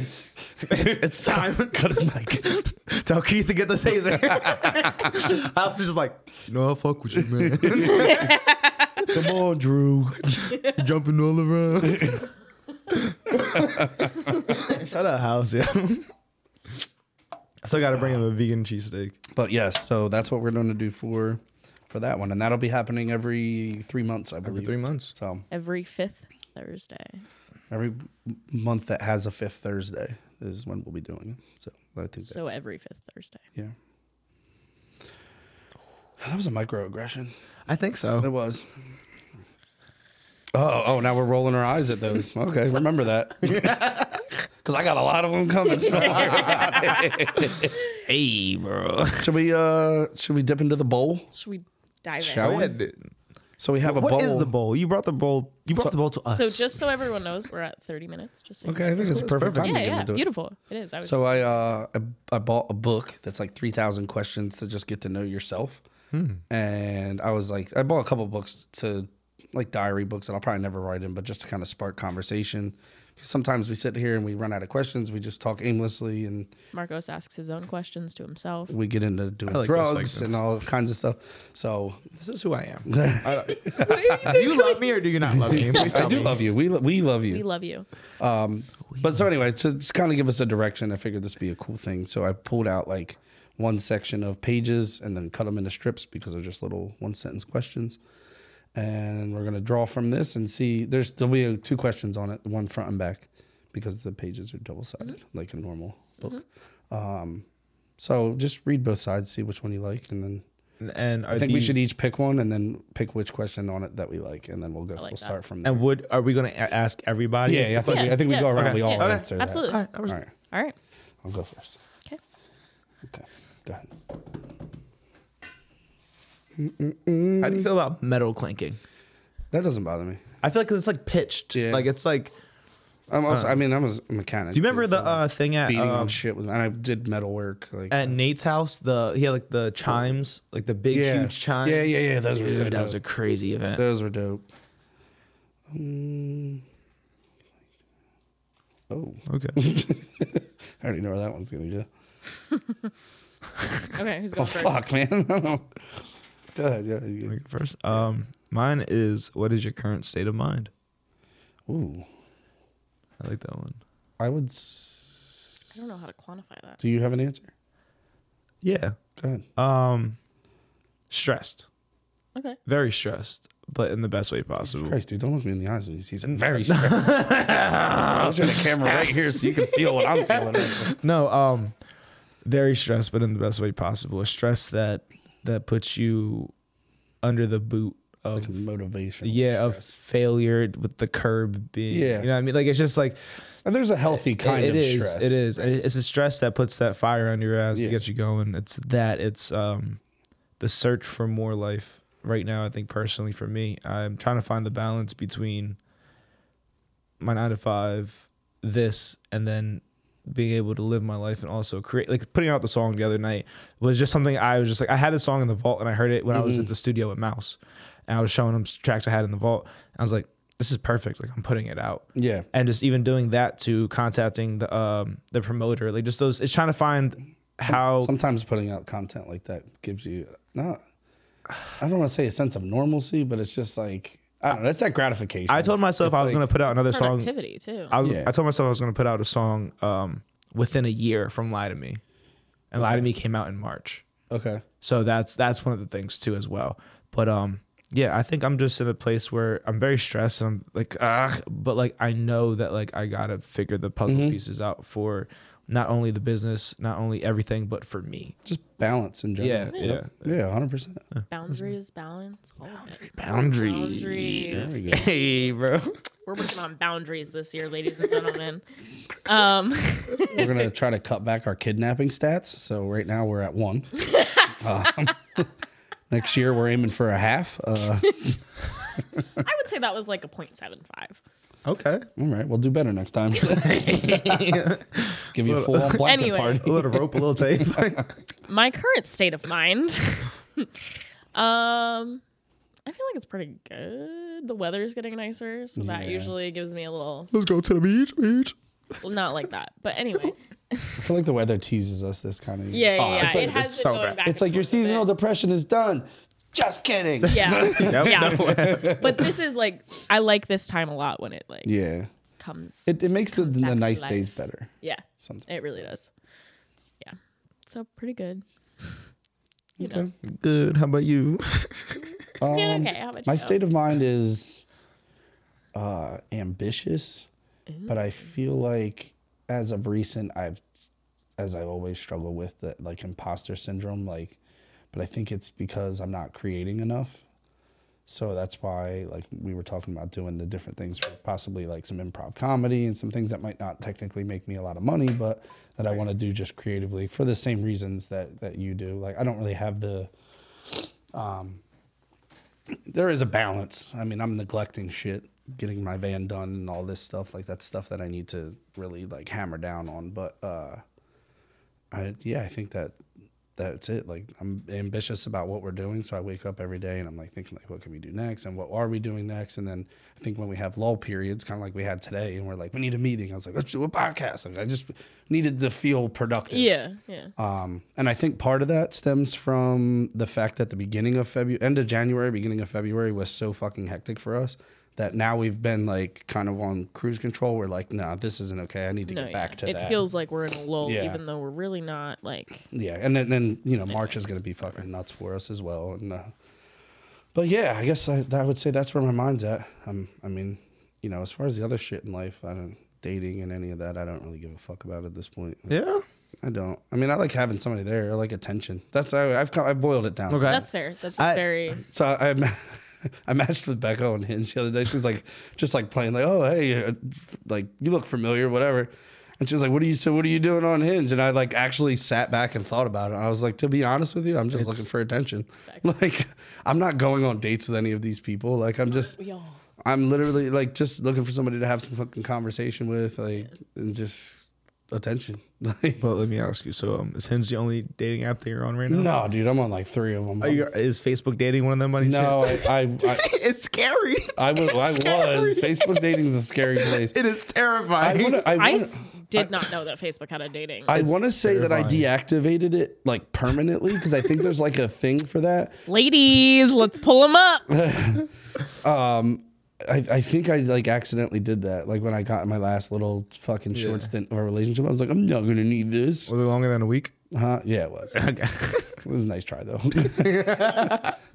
it's, it's time. Cut his mic. Tell Keith to get the taser. I was just like, no, I fuck with you, man. Come on, Drew. You jumping all around. Shout out House, yeah. I still gotta bring him a vegan cheesesteak. But yes, so that's what we're going to do for for that one, and that'll be happening every three months, I believe. Three months. So every fifth Thursday. every m- month that has a fifth Thursday is when we'll be doing it. So I think that, So every fifth Thursday. yeah. That was a microaggression. I think It so. was. Oh, oh! Now we're rolling our eyes at those. Okay, remember that. Because I got a lot of them coming. Hey, bro. should we? uh Should we dip into the bowl? Should we dive in? Shall we? So we have a bowl. What is the bowl? You brought the bowl. You brought the bowl to us. So just so everyone knows, we're at 30 minutes. Just so you Okay, I guys think it's know. perfect time Yeah, to get yeah, into it. beautiful. It is. I was So I uh I, I bought a book that's like three thousand questions to just get to know yourself, Hmm. and I was like I bought a couple books to like diary books that I'll probably never write in, but just to kind of spark conversation. 'Cause sometimes we sit here and we run out of questions, we just talk aimlessly and Marcos asks his own questions to himself. we get into doing like those drugs and segments. all kinds of stuff. So this is who I am. I don't- do you love me or do you not love me? Please I tell do me. love you. We lo- we love you. We love you. But so anyway, to just kind of give us a direction, I figured this would be a cool thing. So I pulled out like one section of pages and then cut them into strips because they're just little one sentence questions. And we're gonna draw from this and see. There's there'll be uh, two questions on it, one front and back, because the pages are double sided Mm-hmm. like a normal book. Um, so just read both sides, see which one you like, and then And are I think we these- should each pick one and then pick which question on it that we like, and then we'll go. like we'll that. start from there. And would are we going to ask everybody? yeah, yeah, I, thought Yeah, we, I think yeah. we go around. Okay. We all Yeah, answer. that. absolutely. All right. I was- All right, All right. I'll go first. Okay. Okay. Go ahead. How do you feel about metal clinking? That doesn't bother me. I feel like it's like pitched. Yeah. Like it's like. I'm also, I mean, I'm a s- mechanic. Do you remember too, the so uh, thing at beating on um, shit with, and I did metal work. Like, at Nate's house? The he had like the chimes, like the big yeah. huge chimes. Yeah, yeah, yeah. Those were so Dude, that was a dope. crazy event. those were dope. Um, oh, Okay. I already know where that one's gonna go. Okay. Who's Oh going first? fuck, man. go ahead. Yeah. you- First, um, mine is what is your current state of mind? Ooh, I like that one. I would. S- I don't know how to quantify that. Do you have an answer? Yeah. Go ahead. Um, stressed, Okay. very stressed, but in the best way possible. Christ, dude, don't look me in the eyes when you see. I'm very stressed. I'll turn the camera right here so you can feel what I'm feeling. right now. No, um, very stressed, but in the best way possible. A stress that that puts you under the boot of Like motivation. yeah of failure with the curb being Yeah. you know what I mean like it's just like And there's a healthy kind it of is, stress. It is. And It's a stress that puts that fire under your ass Yeah. to get you going. It's that. It's um, the search for more life. Right now, I think personally for me, I'm trying to find the balance between my nine to five, this, and then being able to live my life and also create. Like putting out the song the other night was just something I was just like I had the song in the vault and I heard it when I was Mm-hmm. at the studio with Mouse, and I was showing him tracks I had in the vault. I was like, this is perfect. Like I'm putting it out Yeah. and just even doing that to contacting the um the promoter like just those it's trying to find how Sometimes putting out content like that gives you not I don't want to say a sense of normalcy, but it's just like I don't know, it's that gratification. i told myself It's i was like- going to put out another song Productivity too. I, was, Yeah. I told myself i was going to put out a song um within a year from lie to me and lie to me came out in march Okay. so that's that's one of the things too as well but um yeah i think i'm just in a place where i'm very stressed and i'm like ah but like i know that like i gotta figure the puzzle Mm-hmm. pieces out for not only the business not only everything but for me Just balance in general. yeah yeah Yeah, hundred percent. Boundaries, balance, all of it. Boundary. Boundaries. we go. Hey, bro. We're working on boundaries this year, ladies and gentlemen. Um, We're gonna try to cut back our kidnapping stats. So right now we're at one. Um, next year we're aiming for a half. Uh, I would say that was like a 0.75. okay all right, we'll do better next time. Give you a full on blanket Anyway. party. a little rope, a little tape. My current state of mind. um, I feel like it's pretty good. The weather's getting nicer, so that Yeah. usually gives me a little Let's go to the beach, beach. well, not like that. But anyway, I feel like the weather teases us this kind of year. yeah, yeah, Oh, yeah. it's it like- has it's been so going bad. back. It's like your seasonal depression is done. Just kidding. yeah, yeah. but this is like I like this time a lot when it like Yeah. comes. It, it makes the, back the to nice life. days better. yeah, Sometimes. it really does. Yeah, so pretty good. You know. Okay. Good. How about you? Yeah, Um, okay, how about my you? state of mind is uh, ambitious, but I feel like as of recent, I've, as I always struggle with, the like imposter syndrome, like but I think it's because I'm not creating enough. So that's why, like, we were talking about doing the different things for possibly like some improv comedy and some things that might not technically make me a lot of money, but that I want to do just creatively for the same reasons that that you do. Like, I don't really have the. Um, there is a balance. I mean, I'm neglecting shit, getting my van done and all this stuff. Like, that's stuff that I need to really like hammer down on. But uh, I yeah, I think that that's it. Like I'm ambitious about what we're doing, so I wake up every day and I'm like thinking like, what can we do next, and what are we doing next? And then I think when we have lull periods, kind of like we had today, and we're like, we need a meeting. I was like, let's do a podcast. Like I just needed to feel productive. Yeah, yeah. Um, and I think part of that stems from the fact that the beginning of February, end of January, beginning of February was so fucking hectic for us that now we've been like kind of on cruise control. We're like, nah, this isn't okay. I need to no, get back yeah. to it that. feels like we're in a lull, Yeah. even though we're really not. Like, Yeah, and then, then you know March is going to be fucking nuts for us as well. And uh, but yeah, I guess I, I would say that's where my mind's at. Um, I mean, you know, as far as the other shit in life, I don't dating and any of that. I don't really give a fuck about at this point. Yeah. I don't. I mean, I like having somebody there. I like attention. That's how I've co- I boiled it down. Okay. that's fair. That's a I- very. So I, I, ma- I matched with Becca on Hinge the other day. She was like, just like playing, like, oh, hey, uh, f- like you look familiar, whatever. And she was like, what are you, so what are you doing on Hinge? And I like actually sat back and thought about it. And I was like, to be honest with you, I'm just looking for attention. Like, I'm not going on dates with any of these people. Like, I'm just, We all. I'm literally like just looking for somebody to have some fucking conversation with, like, and just attention. Like, But let me ask you. So um, is Hinge the only dating app that you're on right now? no, dude, I'm on like three of them. Are you, is Facebook dating one of them? Money no, I, I, I, it's scary. I was. I was. Facebook dating is a scary place. It is I terrifying. want to. I I want s- did not know that Facebook had a dating. I want to say that I deactivated it like permanently because I think there's like a thing for that. Ladies, let's pull them up. I, I think I like accidentally did that. Like when I got in my last little fucking short stint of a relationship, I was like, I'm not gonna need this. Was it longer than a week? Huh? Yeah, it was. Okay. It was a nice try though.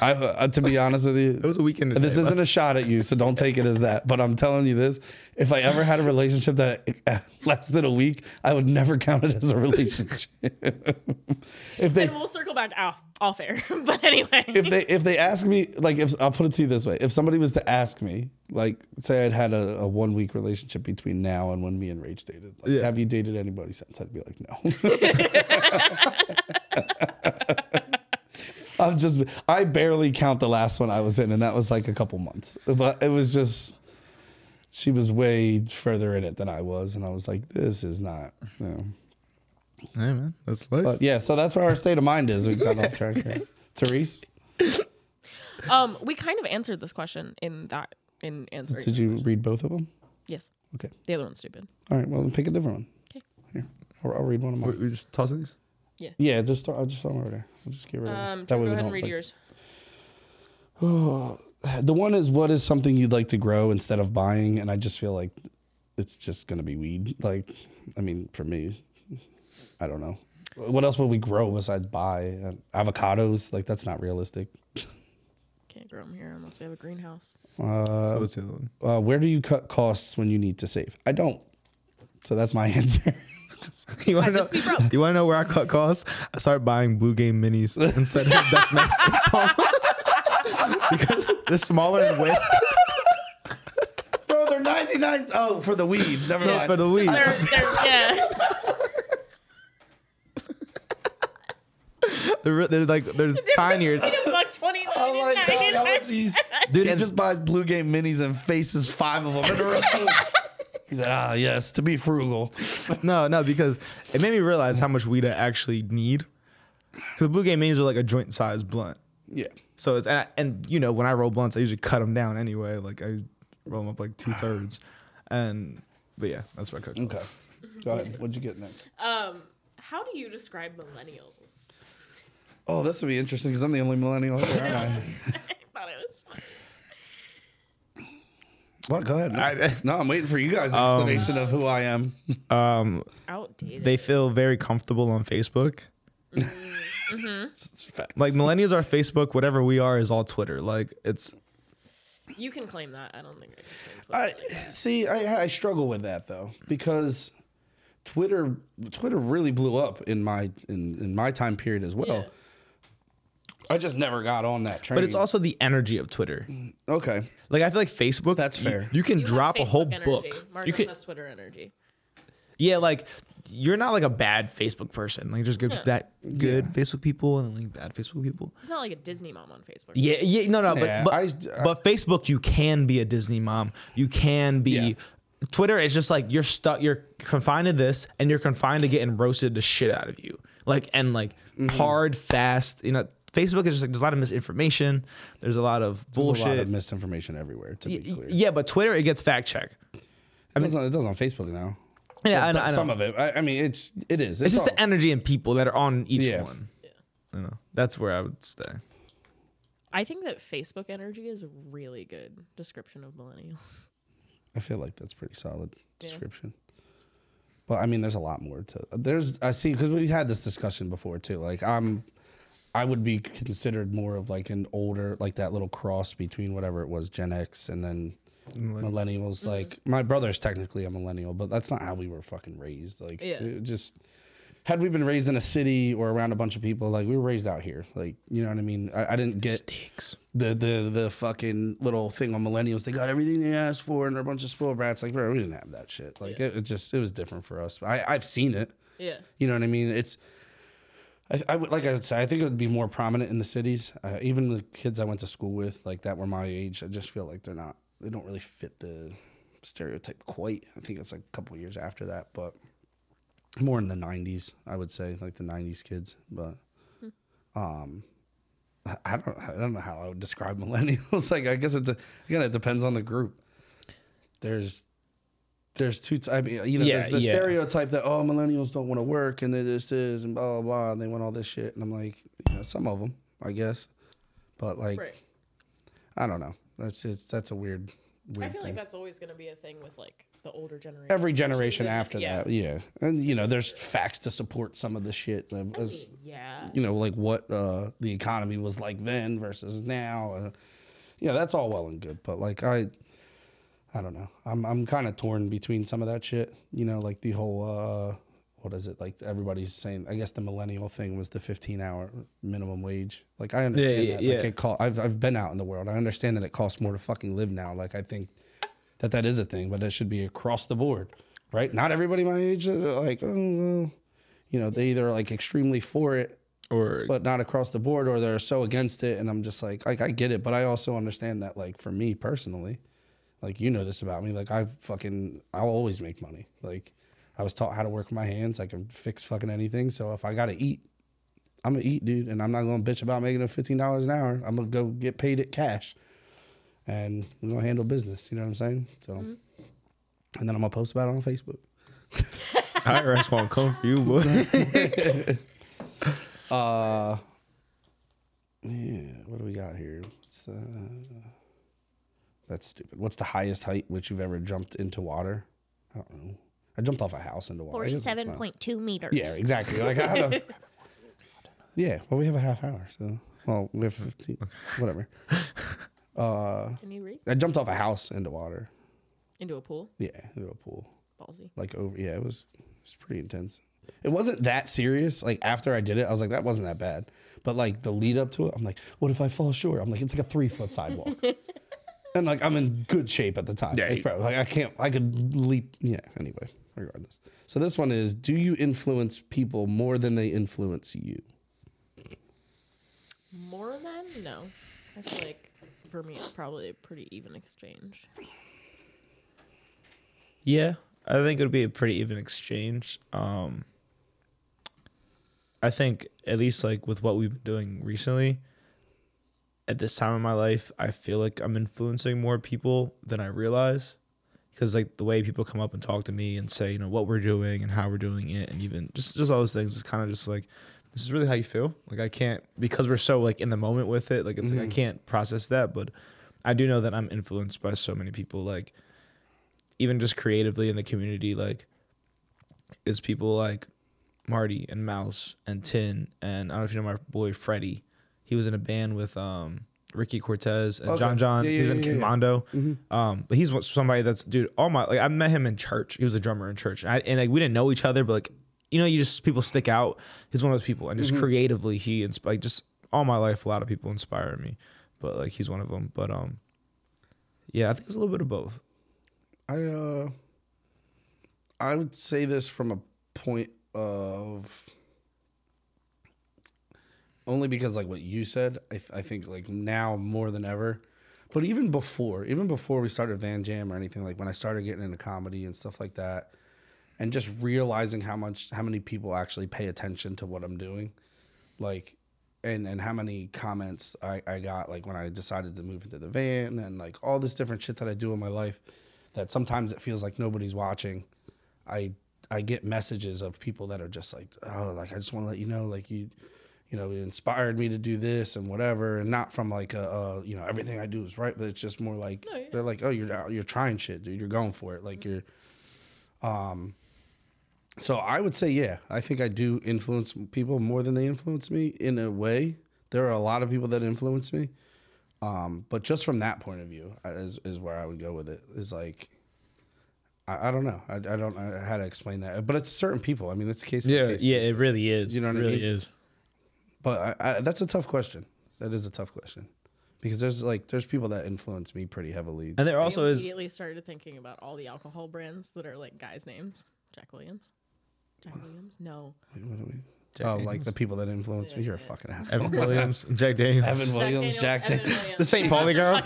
I, uh, to be honest with you, It was a weekend. This isn't a shot at you, so don't take it as that. But I'm telling you this: if I ever had a relationship that uh, lasted a week, I would never count it as a relationship. if they And we'll circle back off off air. but anyway, if they if they ask me like if I'll put it to you this way, if somebody was to ask me like say I'd had a, a one week relationship between now and when me and Rach dated, like, Yeah. have you dated anybody since? I'd be like no. I'm just I barely count the last one I was in, and that was like a couple months, but it was just. She was way further in it than I was, and I was like, "This is not." You know. Hey man, that's life. But yeah, so that's where our state of mind is. We got off track. There. Therese, um, we kind of answered this question in that in answering. did you read both of them? Yes. Okay. The other one's stupid. All right. Well, then pick a different one. 'Kay. Here, I'll, I'll read one of we, mine. we just tossing these. Yeah, just throw, I'll just throw them over there. We'll just get rid of them. Um, Drew, go we ahead and don't, read like- yours. The one is what is something you'd like to grow instead of buying, and I just feel like it's just gonna be weed. Like, I mean, for me, I don't know. What else would we grow besides buy Uh, avocados? Like, that's not realistic. Can't grow them here unless we have a greenhouse. So what's the other one? Uh, where do you cut costs when you need to save? I don't. So that's my answer. You want I just be to know? broke. You want to know where I cut costs? I started buying blue game minis instead of best max Stick Pump. because they're smaller and weight Bro, they're 99. Oh, for the weed. Never mind. for the week. They're, they're, yeah. They're, they're like they're tinier. a buck twenty. Oh my god, how much these- Dude, he and- just buys blue game minis and faces five of them in a row. He said, "Ah, yes, to be frugal." No, no, because it made me realize how much weed I actually need. Because blue game minis are like a joint size blunt. Yeah, So it's and, I, and you know when I roll blunts, I usually cut them down anyway. Like I roll them up like two thirds, and but yeah, that's what I cut. okay. Go ahead. What'd you get next? Um, how do you describe millennials? Oh, this would be interesting because I'm the only millennial here, aren't I? I thought it was funny. Well, go ahead. I- no, Um, I'm waiting for you guys' explanation of who I am. Outdated. They feel very comfortable on Facebook. It's facts. Like millennials are Facebook. Whatever we are is all Twitter. Like it's you can claim that. I don't think I can claim Twitter. I see. I, I struggle with that though because Twitter Twitter really blew up in my in, in my time period as well. Yeah. I just never got on that train. But it's also the energy of Twitter. okay. Like I feel like Facebook. That's you- fair. You, can You have drop a Facebook whole energy. book. Marcus you can, has Twitter energy. yeah, like you're not like a bad Facebook person. Like there's good that good Facebook people and like bad Facebook people. He's not like a Disney mom on Facebook. Yeah, yeah, no, no, Yeah, but but, I- I- but Facebook, you can be a Disney mom. You can be. Yeah. Twitter is just like you're stuck. You're confined to this, and you're confined to getting roasted the shit out of you. Like and like Mm-hmm. hard, fast. You know, Facebook is just like there's a lot of misinformation. There's a lot of There's bullshit. a lot of misinformation everywhere. To be Y- clear, yeah, but Twitter it gets fact checked. it, does on, it does on Facebook now. Yeah, I know. I know. some of it. I, I mean, it's it is. It's just all- the energy and people that are on each Yeah. one. You know, that's where I would stay. I think that Facebook energy is a really good description of millennials. I feel like that's pretty solid description. But I mean, there's a lot more to. There's I see because we've had this discussion before too. Like I'm, I would be considered more of like an older, like that little cross between whatever it was, Gen X and then millennials. Like my brother's technically a millennial, but that's not how we were fucking raised. Like Yeah. it just had we been raised in a city or around a bunch of people, like we were raised out here. Like you know what I mean. I, I didn't get Dicks. the the the fucking little thing on millennials. They got everything they asked for, and they're a bunch of spoiled brats. Like, bro, we didn't have that shit. Like, it, it just it was different for us. I I've seen it. Yeah. You know what I mean? It's I, I would like I would say I think it would be more prominent in the cities. Uh, even the kids I went to school with, like that were my age. I just feel like they're not. They don't really fit the stereotype quite. I think it's like a couple years after that, but more in the '90s, I would say, like the '90s kids. But um, I- I don't. I don't know how I would describe millennials. like I guess it de- again, it depends on the group. There's there's two. T- I mean, you know, Yeah, there's the yeah. stereotype that oh, millennials don't want to work and they this is and blah blah blah, and they want all this shit. And I'm like, you know, some of them, I guess, but like, Right. I don't know. That's it's that's a weird. I weird feel thing. like that's always going to be a thing with like the older generation. Every generation Yeah. after that, yeah, and you know, there's facts to support some of the shit. uh, I as- mean, yeah. you know, like what uh, the economy was like then versus now. Uh, yeah, that's all well and good, but like I, I don't know. I'm I'm kind of torn between some of that shit. You know, like the whole uh, what is it? Like everybody's saying. I guess the millennial thing was the 15 hour minimum wage. Like I understand yeah, that. yeah. Like it co- I've I've been out in the world. I understand that it costs more to fucking live now. Like I think that that is a thing, but it should be across the board, right? Not everybody my age is like oh well. You know, they either are like extremely for it Or but not across the board or they're so against it and i'm just like like i get it but i also understand that like for me personally like you know this about me like i fucking i'll always make money like i was taught how to work my hands i can fix fucking anything so if i gotta eat i'm gonna eat dude and i'm not gonna bitch about making a $15 an hour i'm gonna go get paid at cash and we're gonna handle business you know what i'm saying so and then i'm gonna post about it on facebook IRS won't come for you, boy. Uh, yeah. What do we got here? What's the? That's stupid. What's the highest height which you've ever jumped into water? I don't know. I jumped off a house into water. I guess it's not- Forty-seven point two meters. Yeah, exactly. Like I don't know. Yeah. Well, we have a half hour, so well, we have fifteen. Whatever. Uh, Can you read? I jumped off a house into water. Into a pool? Yeah, into a pool Ballsy. like over yeah it was it was pretty intense it wasn't that serious like after i did it i was like that wasn't that bad but like the lead up to it i'm like what if i fall short i'm like it's like a three foot sidewalk and like i'm in good shape at the time Yeah, like, you- bro, like i can't i could leap yeah anyway regardless so this one is do you influence people more than they influence you More than? No. I feel like for me, it's probably a pretty even exchange. yeah, I think it would be a pretty even exchange. Um, I think at least like with what we've been doing recently, at this time in my life, I feel like I'm influencing more people than I realize. Because like the way people come up and talk to me and say, you know, what we're doing and how we're doing it, and even just just all those things is kind of just like, this is really how you feel. Like I can't because we're so like in the moment with it. Like it's like I can't process that, but I do know that I'm influenced by so many people. Like even just creatively in the community, like it's people like Marty and Mouse and Tin and I don't know if you know my boy Freddie. He was in a band with um Ricky Cortez and Okay. John John. Yeah, he was yeah, Mm-hmm. in yeah, yeah. Commando. Um, but he's one- somebody that's dude. All my like I met him in church. He was a drummer in church, and, I, and like we didn't know each other, but like you know, you just people stick out. He's one of those people, and Mm-hmm. just creatively, he insp- like just all my life, a lot of people inspired me, but like he's one of them. But um, yeah, I think it's a little bit of both. I uh I would say this from a point of only because like what you said, I, th- I think like now more than ever, but even before, even before we started Van Jam or anything, like when I started getting into comedy and stuff like that, and just realizing how much how many people actually pay attention to what I'm doing, like, and and how many comments I I got like when I decided to move into the van and like all this different shit that I do in my life, that sometimes it feels like nobody's watching. I I get messages of people that are just like, oh, like I just want to let you know, like you, you know, it inspired me to do this and whatever, and not from like a, uh you know everything I do is right, but it's just more like No, yeah. Mm-hmm. they're like, oh, you're out- you're trying shit, dude, you're going for it, like you're. So I would say, yeah, I think I do influence people more than they influence me in a way. There are a lot of people that influence me, um, but just from that point of view I- is is where I would go with it. Is like, I, I don't know, I, I don't know how to explain that, but it's certain people. I mean, it's case by case. basis. really is. You know what I really mean? is. But I, I, that's a tough question. That is a tough question because there's like there's people that influence me pretty heavily. And there also I is immediately started thinking about all the alcohol brands that are like guys' names. Jack Williams. Jack Williams? No. Wait, what are we- oh, like the people that influence me. You're a fucking asshole. Evan Williams, and Jack Daniels, Evan Williams, Jack. Evan Daniels. Williams. the St. Pauli girl.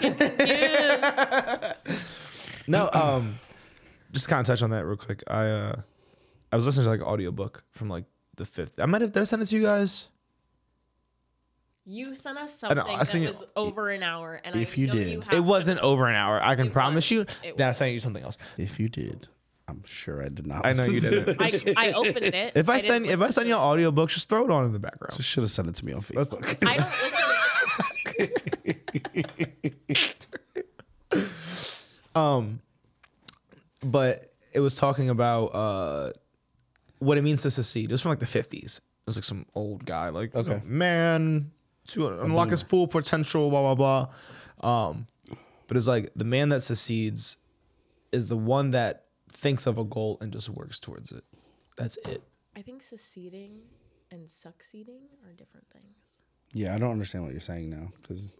No, um, just kind of touch on that real quick. I uh, I was listening to like an audiobook from like the fifth. I might have did I send it to you guys? You sent us know, something I that seen it- was over an hour, and If I you know did. you It have It wasn't over an hour. I can It promise you was. It that I was. sent you something else. If you did, I'm sure I did not. I know listen you to didn't. it. I, I opened it. If I, didn't send if I listen send to you it. audiobooks, just throw it on in the background. Should have sent it to me on Facebook. I don't listen. Um, but it was talking about uh, what it means to secede. It was from like the fifties. It was like some old guy, like okay, man, to unlock his full potential, blah blah blah. Um, but it's like the man that secedes is the one that thinks of a goal and just works towards it. That's it. I think seceding and succeeding are different things. Yeah, I don't understand what you're saying now because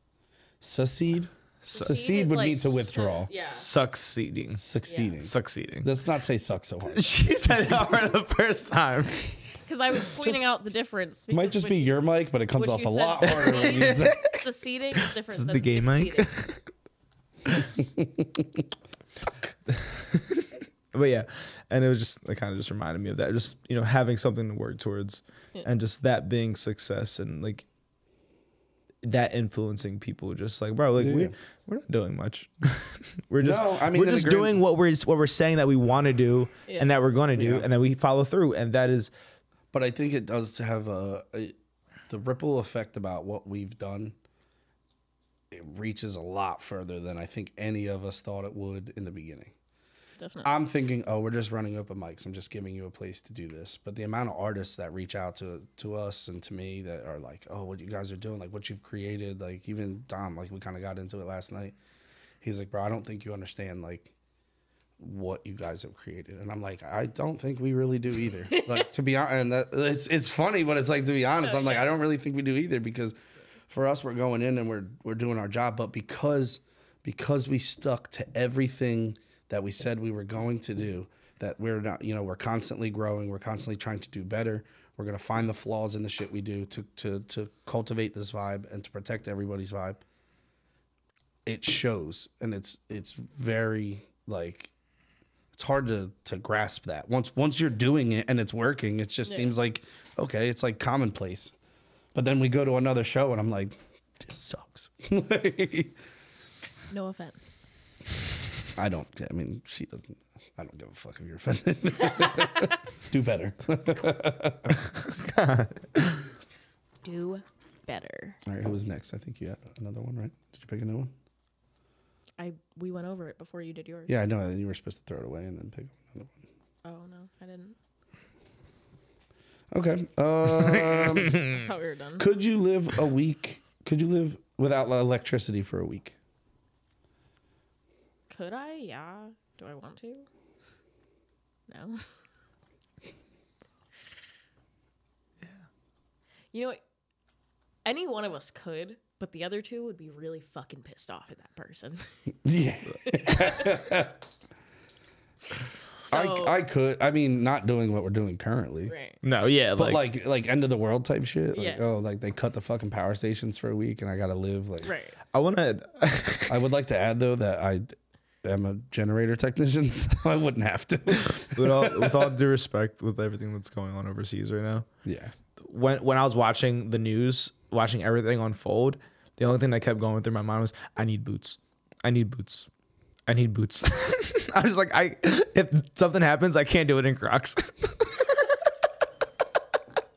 secede, Secede secede is would like mean to s- withdraw. Yeah. Succeeding, Succeeding. succeeding. Let's not say suck so hard. She said it hard the first time. Because I was pointing out the difference. It might because just when be you your mic, but it comes Would off you a say lot harder. When you say. Seceding is different is than the gay mic. succeeding. but yeah and it was just it kind of just reminded me of that just you know having something to work towards and just that being success and like that influencing people just like bro like we, Yeah. we're not doing much we're just No, I mean, we're in the just grand- doing what we're what we're saying that we want to do Yeah. and that we're going to do Yeah. and that we follow through and that is But I think it does have a, a the ripple effect about what we've done. It reaches a lot further than I think any of us thought it would in the beginning. Definitely. I'm thinking, oh, we're just running open mics. I'm just giving you a place to do this. But the amount of artists that reach out to to us and to me that are like, oh, what you guys are doing, like what you've created, like even Dom, like we kind of got into it last night. He's like, bro, I don't think you understand like what you guys have created, and I'm like, I don't think we really do either. like to be honest, and that, it's it's funny, but it's like to be honest, I'm like, I don't really think we do either because for us, we're going in and we're we're doing our job, but because because we stuck to everything that we said we were going to do that we're not you know we're constantly growing we're constantly trying to do better we're going to find the flaws in the shit we do to to to cultivate this vibe and to protect everybody's vibe it shows and it's it's very like it's hard to to grasp that once once you're doing it and it's working it just seems like okay it's like commonplace but then we go to another show and i'm like this sucks No offense. I don't. I mean, she doesn't. I don't give a fuck if you're offended. Do better. All Do better. right, who was next? I think you had another one, right? Did you pick a new one? I we went over it before you did yours. Yeah, I know. You were supposed to throw it away and then pick another Oh no, I one. Okay. didn't. Um, That's how we were done. could you live a week? Could you live without electricity for a week. Could I? Yeah. Do I want to? No. yeah. You know what? Any one of us could, but the other two would be really fucking pissed off at that person. Yeah. so, I, I could. I mean, not doing what we're doing currently. right. No, yeah, But like, like, like end of the world type shit. Like Yeah. oh, like they cut the fucking power stations for a week, and I gotta live. Like Right. I want to. I would like to add though that I am a generator technician, so I wouldn't have to. with, all, with all due respect, with everything that's going on overseas right now, yeah. when when I was watching the news, watching everything unfold, the only thing that kept going through my mind was, I need boots. I need boots. I need boots. I was like, I if something happens, I can't do it in Crocs.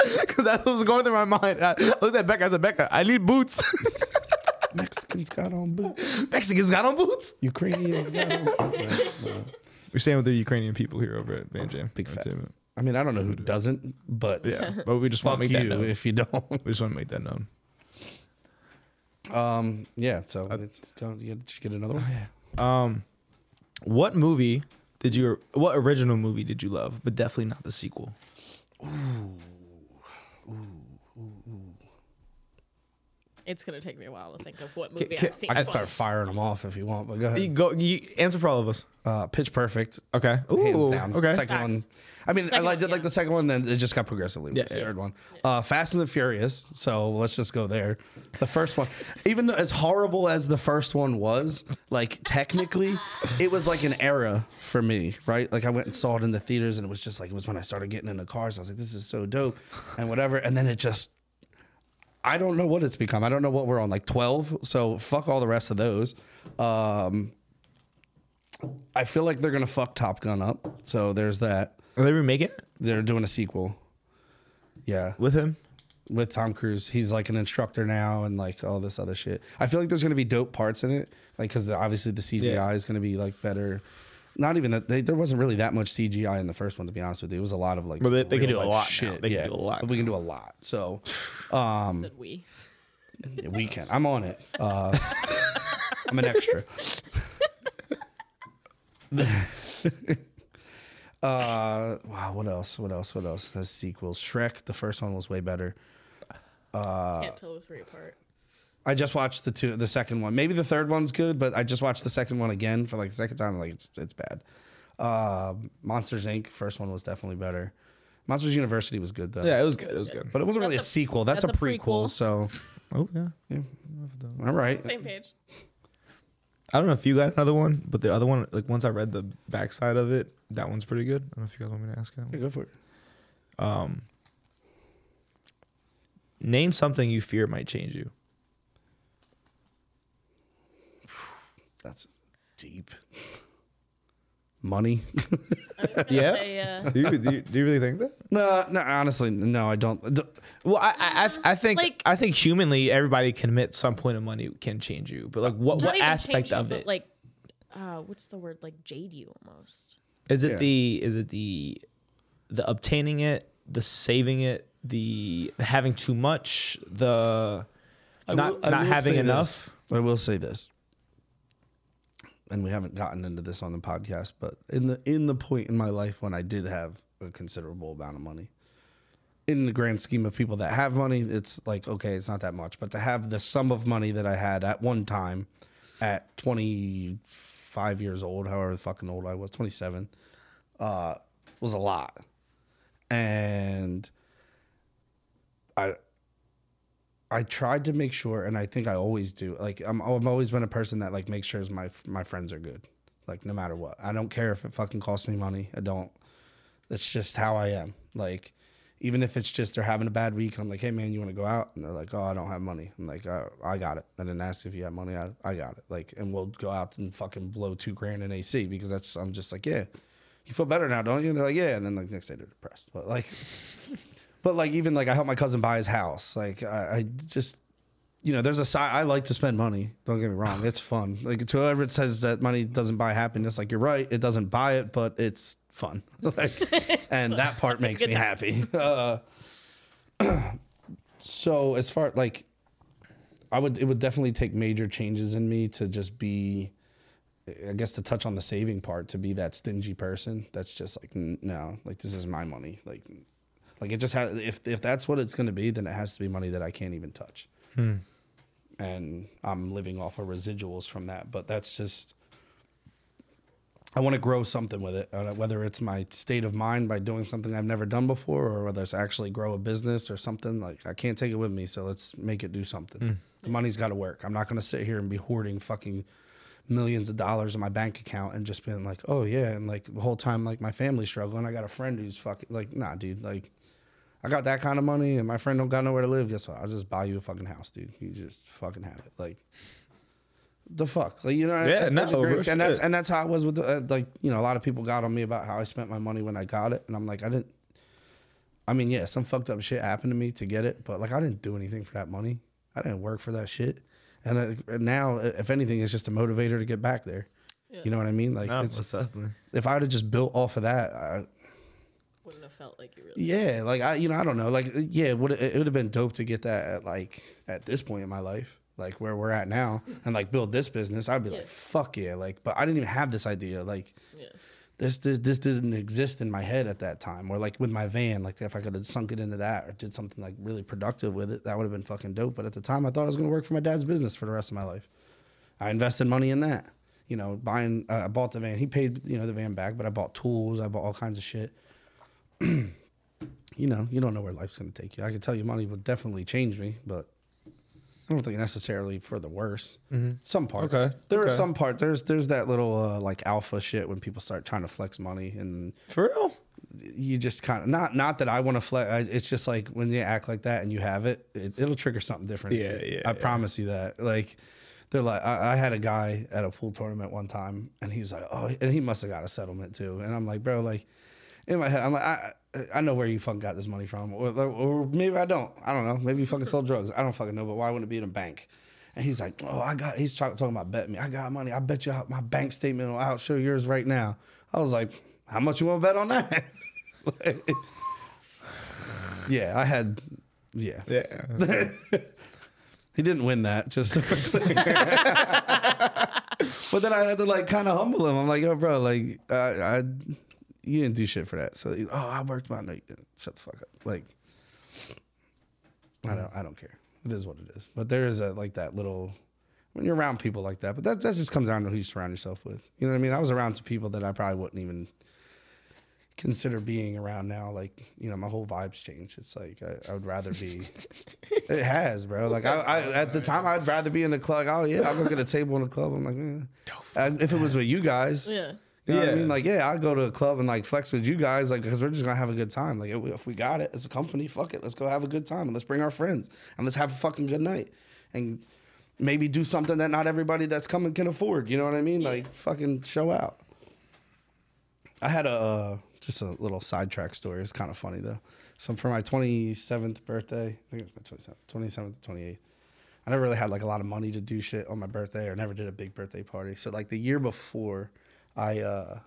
Cause that was going through my mind. I looked at Becca. I said, Becca, I need boots. Mexicans got on boots. Mexicans got on boots. Ukrainians got on boots. We're staying with the Ukrainian people here over at Van Jam. Big facts. I mean, I don't know who doesn't, but Yeah, but we just want fuck to make that you known. if you don't. We just want to make that known. Um, yeah. So it's, go- you gotta- just get Oh, another one. Um, what movie did you? What original movie did you love, but definitely not the sequel? It's gonna take me a while to think of what movie ca- I've seen. I can start twice. firing them off if you want, but go You ahead. go. You answer for all of us. Uh, Pitch Perfect. Okay. hands Ooh, down. Okay. Second Facts. one. I mean, Second I, one, did like yeah. the second one, then it just got progressively worse. Yeah, yeah. Third one. Uh, Fast and the Furious. So let's just go there. The first one, even though as horrible as the first one was, like technically, it was like an era for me, right? Like I went and saw it in the theaters, and it was just like, it was when I started getting into cars. I was like, this is so dope, and whatever. And then it just I don't know what it's become. I don't know what we're on, like 12. So fuck all the rest of those. Um, I feel like they're going to fuck Top Gun up. So there's that. Are they remaking it They're doing a sequel. Yeah. with him? With Tom Cruise. He's like an instructor now and like all this other shit. I feel like there's going to be dope parts in it. Like, because obviously the CGI Yeah. is going to be like better. Not even that. They, there wasn't really that much CGI in the first one, to be honest with you. It was a lot of like. But they- they can do a lot real-life now. They can do a lot We can do a lot. So Said we. weekend. I'm on it. Uh, I'm an extra. uh, wow. What else? What else? What else? Has sequels. Shrek. The first one was way better. Uh, Can't tell the three apart. I just watched the two, the second one. Maybe the third one's good, but I just watched the second one again for like the second time. Like it's it's bad. Uh, Monsters Inc. First one was definitely better. Monsters University was good though. Yeah, it was good. It was good. But it wasn't really a, That's a- sequel. That's, that's a a prequel. prequel. So, oh yeah. all right. Same page. I don't know if you got another one, but the other one, like once I read the backside of it, that one's pretty good. I don't know if you guys want me to ask that. Yeah, One. go for it. Name something you fear might change you. That's deep. Money? Yeah. They, uh, do, you, do, you, do you really think that? no, no. Honestly, no. I don't. d- Well, I I, I- I think Like- I think humanly everybody can admit some point of money can change you, but like what not what even aspect change of but, it? Like, uh, what's the word? Like jade you almost. Is it Yeah. the is it the the obtaining it, the saving it, the having too much, the I not will- I not will having say enough? this. I will say this, and we haven't gotten into this on the podcast, but in the in the point in my life when I did have a considerable amount of money, in the grand scheme of people that have money, it's like okay, it's not that much, but to have the sum of money that I had at one time, at twenty five years old, however fucking old I was, twenty seven, uh, was a lot, and I I tried to make sure, and I think I always do. Like I'm, I've always been a person that like makes sure my my friends are good, like no matter what. I don't care if it fucking costs me money. I don't. That's just how I am. Like even if it's just they're having a bad week, and I'm like, hey man, you want to go out? And they're like, oh, I don't have money. I'm like, oh, I got it. I didn't ask if you have money. I, I got it. Like, and we'll go out and fucking blow two grand in AC because that's. I'm just like, yeah, you feel better now, don't you? And they're like, yeah. And then like next day they're depressed, but like. But like even like I helped my cousin buy his house. Like I, I just you know, there's a side I like to spend money. Don't get me wrong, it's fun. Like to whoever says that money doesn't buy happiness, like you're right, it doesn't buy it, but it's fun. like, and that part makes me happy. Uh, so as far like I would it would definitely take major changes in me to just be I guess to touch on the saving part to be that stingy person that's just like n- no like this is my money like like it just has if if that's what it's going to be then it has to be money that I can't even touch and I'm living off of residuals from that but that's just I want to grow something with it, uh, whether it's my state of mind by doing something I've never done before, or whether it's actually grow a business or something. Like I can't take it with me, so let's make it do something. The money's got to work. I'm not going to sit here and be hoarding fucking millions of dollars in my bank account and just being like, oh yeah, and like the whole time like my family's struggling. I got a friend who's fucking like, nah, dude, like. I got that kind of money, and my friend don't got nowhere to live. Guess what? I'll just buy you a fucking house, dude. You just fucking have it. Like, the fuck, like you know? Yeah, I- no, I agree. real and that's shit. and that's how it was with the, uh, like you know a lot of people got on me about how I spent my money when I got it, and I'm like I didn't. I mean, yeah, some fucked up shit happened to me to get it, but like I didn't do anything for that money. I didn't work for that shit, and uh, now if anything, it's just a motivator to get back there. You know what I mean? Like, No, it's, most definitely. if I'd have just built off of that, I, Wouldn't have felt like you really. yeah, like I, you know, I don't know, like yeah, would it would have been dope to get that at like at this point in my life, like where we're at now, and like build this business. I'd be Yeah. like, fuck yeah, like, but I didn't even have this idea, like Yeah. this this this didn't exist in my head at that time, or like with my van, like if I could have sunk it into that or did something like really productive with it, that would have been fucking dope. But at the time, I thought I was gonna work for my dad's business for the rest of my life. I invested money in that. You know, buying, uh, I bought the van. He paid, you know, the van back, but I bought tools. I bought all kinds of shit. you know, you don't know where life's going to take you. I can tell you money would definitely change me, but I don't think necessarily for the worse. Some parts. Mm-hmm. Okay, There okay. are some parts. There's there's that little uh, like alpha shit when people start trying to flex money and For real? you just kind of not not that I want to flex. I, it's just like when you act like that and you have it, it it'll trigger something different. Yeah, yeah, I yeah. promise you that. Like they're like, I, I had a guy at a pool tournament one time, and he's like, oh, and he must have got a settlement too. And I'm like, bro, like in my head, I'm like, I I- I know where you fucking got this money from, or, or maybe I don't. I don't know. Maybe you fucking sold drugs. I don't fucking know. But why wouldn't it be in a bank? And he's like, oh, I got. He's talking, talking about betting me. I got money. I bet you out my bank statement will outshow yours right now. I was like, how much you want to bet on that? Like, yeah, I had. Yeah, Yeah. he didn't win that. Just. but then I had to like kind of humble him. I'm like, yo, bro, like I, I, you didn't do shit for that. So, oh, I worked my. No, you didn't. Shut the fuck up. Like, I don't. I don't care. It is what it is. But there is a like that little. When you're around people like that, but that, that just comes down to who you surround yourself with. You know what I mean? I was around some people that I probably wouldn't even consider being around now. Like, you know, my whole vibe's changed. It's like I, I would rather be. it has, bro. Like I, I at the time, I'd rather be in the club. Oh yeah, I'll go get a table in the club. I'm like, eh. Uh, if it was with you guys, you Yeah. know what I Yeah. mean? Like, yeah, I'll go to a club and like flex with you guys, like, because we're just gonna have a good time. Like, if we- if we got it as a company, fuck it, let's go have a good time and let's bring our friends and let's have a fucking good night and maybe do something that not everybody that's coming can afford. You know what I mean? Like, fucking show out. I had a uh, just a little sidetrack story. It's kind of funny though. So for my 27th birthday, I think it was my 27th, 27th to 28th. I never really had like a lot of money to do shit on my birthday, or never did a big birthday party. So like the year before, I uh,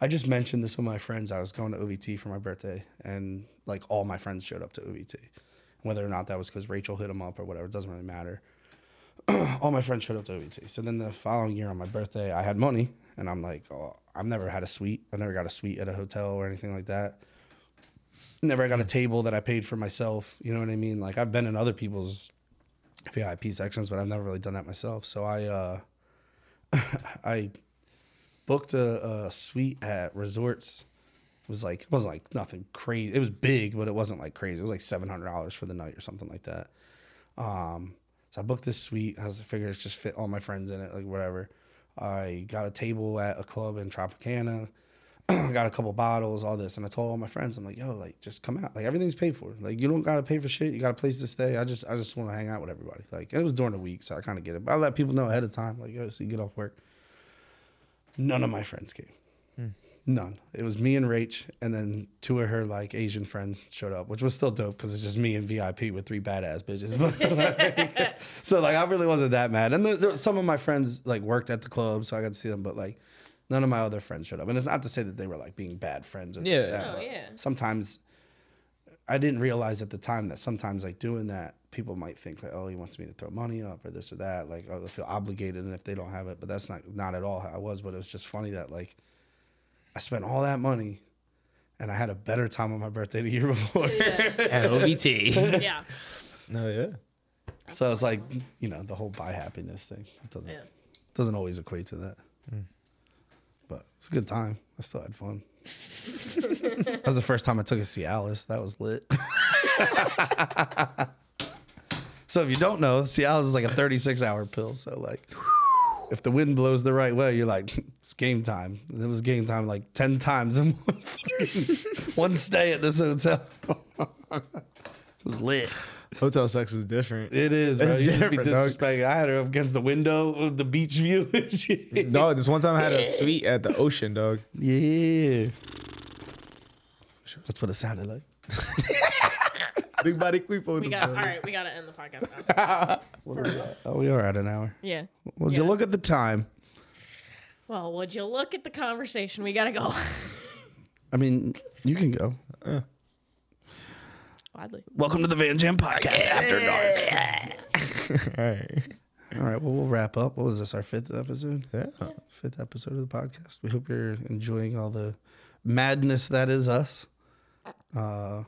I just mentioned to some of my friends I was going to OVT for my birthday, and like all my friends showed up to OVT. Whether or not that was because Rachel hit them up or whatever, it doesn't really matter all my friends showed up to OVT. So then the following year on my birthday, I had money, and I'm like, oh, I've never had a suite. I never got a suite at a hotel or anything like that. Never got a table that I paid for myself. You know what I mean? Like I've been in other people's VIP sections, but I've never really done that myself. So I, uh, I booked a, a suite at resorts. It was like it wasn't like nothing crazy. It was big, but it wasn't like crazy. It was like seven hundred dollars for the night or something like that. Um, so I booked this suite. I was figured it's just fit all my friends in it, like whatever. I got a table at a club in Tropicana. got a couple bottles, all this, and I told all my friends, I'm like, yo, like just come out. Like everything's paid for. Like you don't gotta pay for shit. You got a place to stay. I just I just want to hang out with everybody. Like and it was during the week, so I kind of get it. But I let people know ahead of time, like yo, so you get off work. None of my friends came. None. It was me and Rach, and then two of her like Asian friends showed up, which was still dope because it's just me and VIP with three badass bitches. But, like, so like, I really wasn't that mad. And there, there, was- some of my friends like worked at the club, so I got to see them. But like, none of my other friends showed up, and it's not to say that they were like being bad friends or this or Yeah. that, Oh, but yeah. Sometimes I didn't realize at the time that sometimes like doing that, people might think like, oh, he wants me to throw money up or this or that. Like, oh, they feel obligated, and if they don't have it, but that's not not at all how I was. But it was just funny that like, I spent all that money, and I had a better time on my birthday the year before. LBT. yeah. no, yeah. so it's like, you know, the whole buy happiness thing it doesn't Yeah. doesn't always equate to that. But it's a good time. I still had fun. that was the first time I took a Cialis. That was lit. so if you don't know, Cialis is like a 36 hour pill. So like if the wind blows the right way, you're like, it's game time. And It was game time like 10 times in one, fucking- one stay at this hotel. it was lit. Hotel sex was different. It is, bro. It's you just be different, dog. disrespecting. I had her up against the window of the beach view and shit. No, this one time I had a suite at the ocean, dog. Yeah. That's what it sounded like. Big body queepo. We got all right. We gotta end the podcast. Now. Oh, we are at an hour. Yeah. Well, did Yeah. you look at the time? Well, would you look at the conversation? We gotta go. I mean, you can go. Gladly. Welcome to the Van Jam Podcast After Dark. All right. All right, well, we'll wrap up. What was this, our fifth episode? Yeah. Fifth episode of the podcast. We hope you're enjoying all the madness that is us. Uh,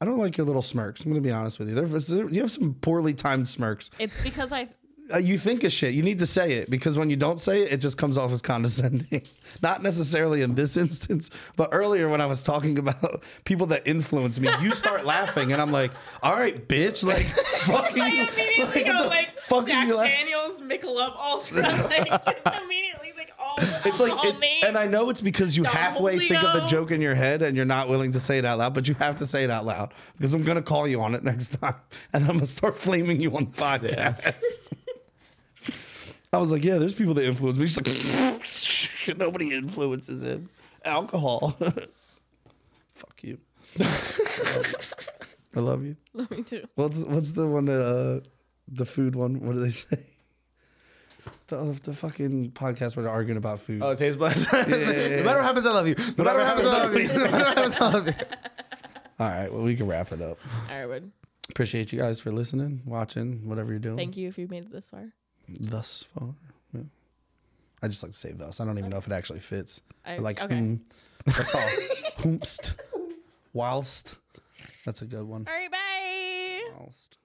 I don't like your little smirks. I'm going to be honest with you. There, you have some poorly timed smirks. It's because I. uh, you think of shit. You need to say it because when you don't say it, it just comes off as condescending. Not necessarily in this instance, but earlier when I was talking about people that influence me, you start laughing and I'm like, "All right, bitch!" Like, fucking, I immediately like, go what the like fuck are Jack you laugh- Daniels, Michelob Ultra, like just immediately like all the It's like, alcohol it's, names. and I know it's because you Oh, The halfway Holy think of a Ghost. joke in your head and you're not willing to say it out loud, but you have to say it out loud because I'm gonna call you on it next time, and I'm gonna start flaming you on the podcast. I was like, yeah, there's people that influence me. She's like, nobody influences him. Alcohol. Fuck you. I love you. Let me do. What's what's the one that uh, the food one? What do they say? The, the fucking podcast where they're arguing about food. Oh, taste buds. no matter what happens, I love you. No matter what happens, I love you. No matter what happens, I love you. All right, well we can wrap it up. All right, would Appreciate you guys for listening, watching, whatever you're doing. thank you if you made it this far. Thus far, yeah. I just like to say thus. I don't even know if it actually fits. I- But like, okay. hmm. that's all. Hoomst, whilst. That's a good one. All right, bye. Whilst.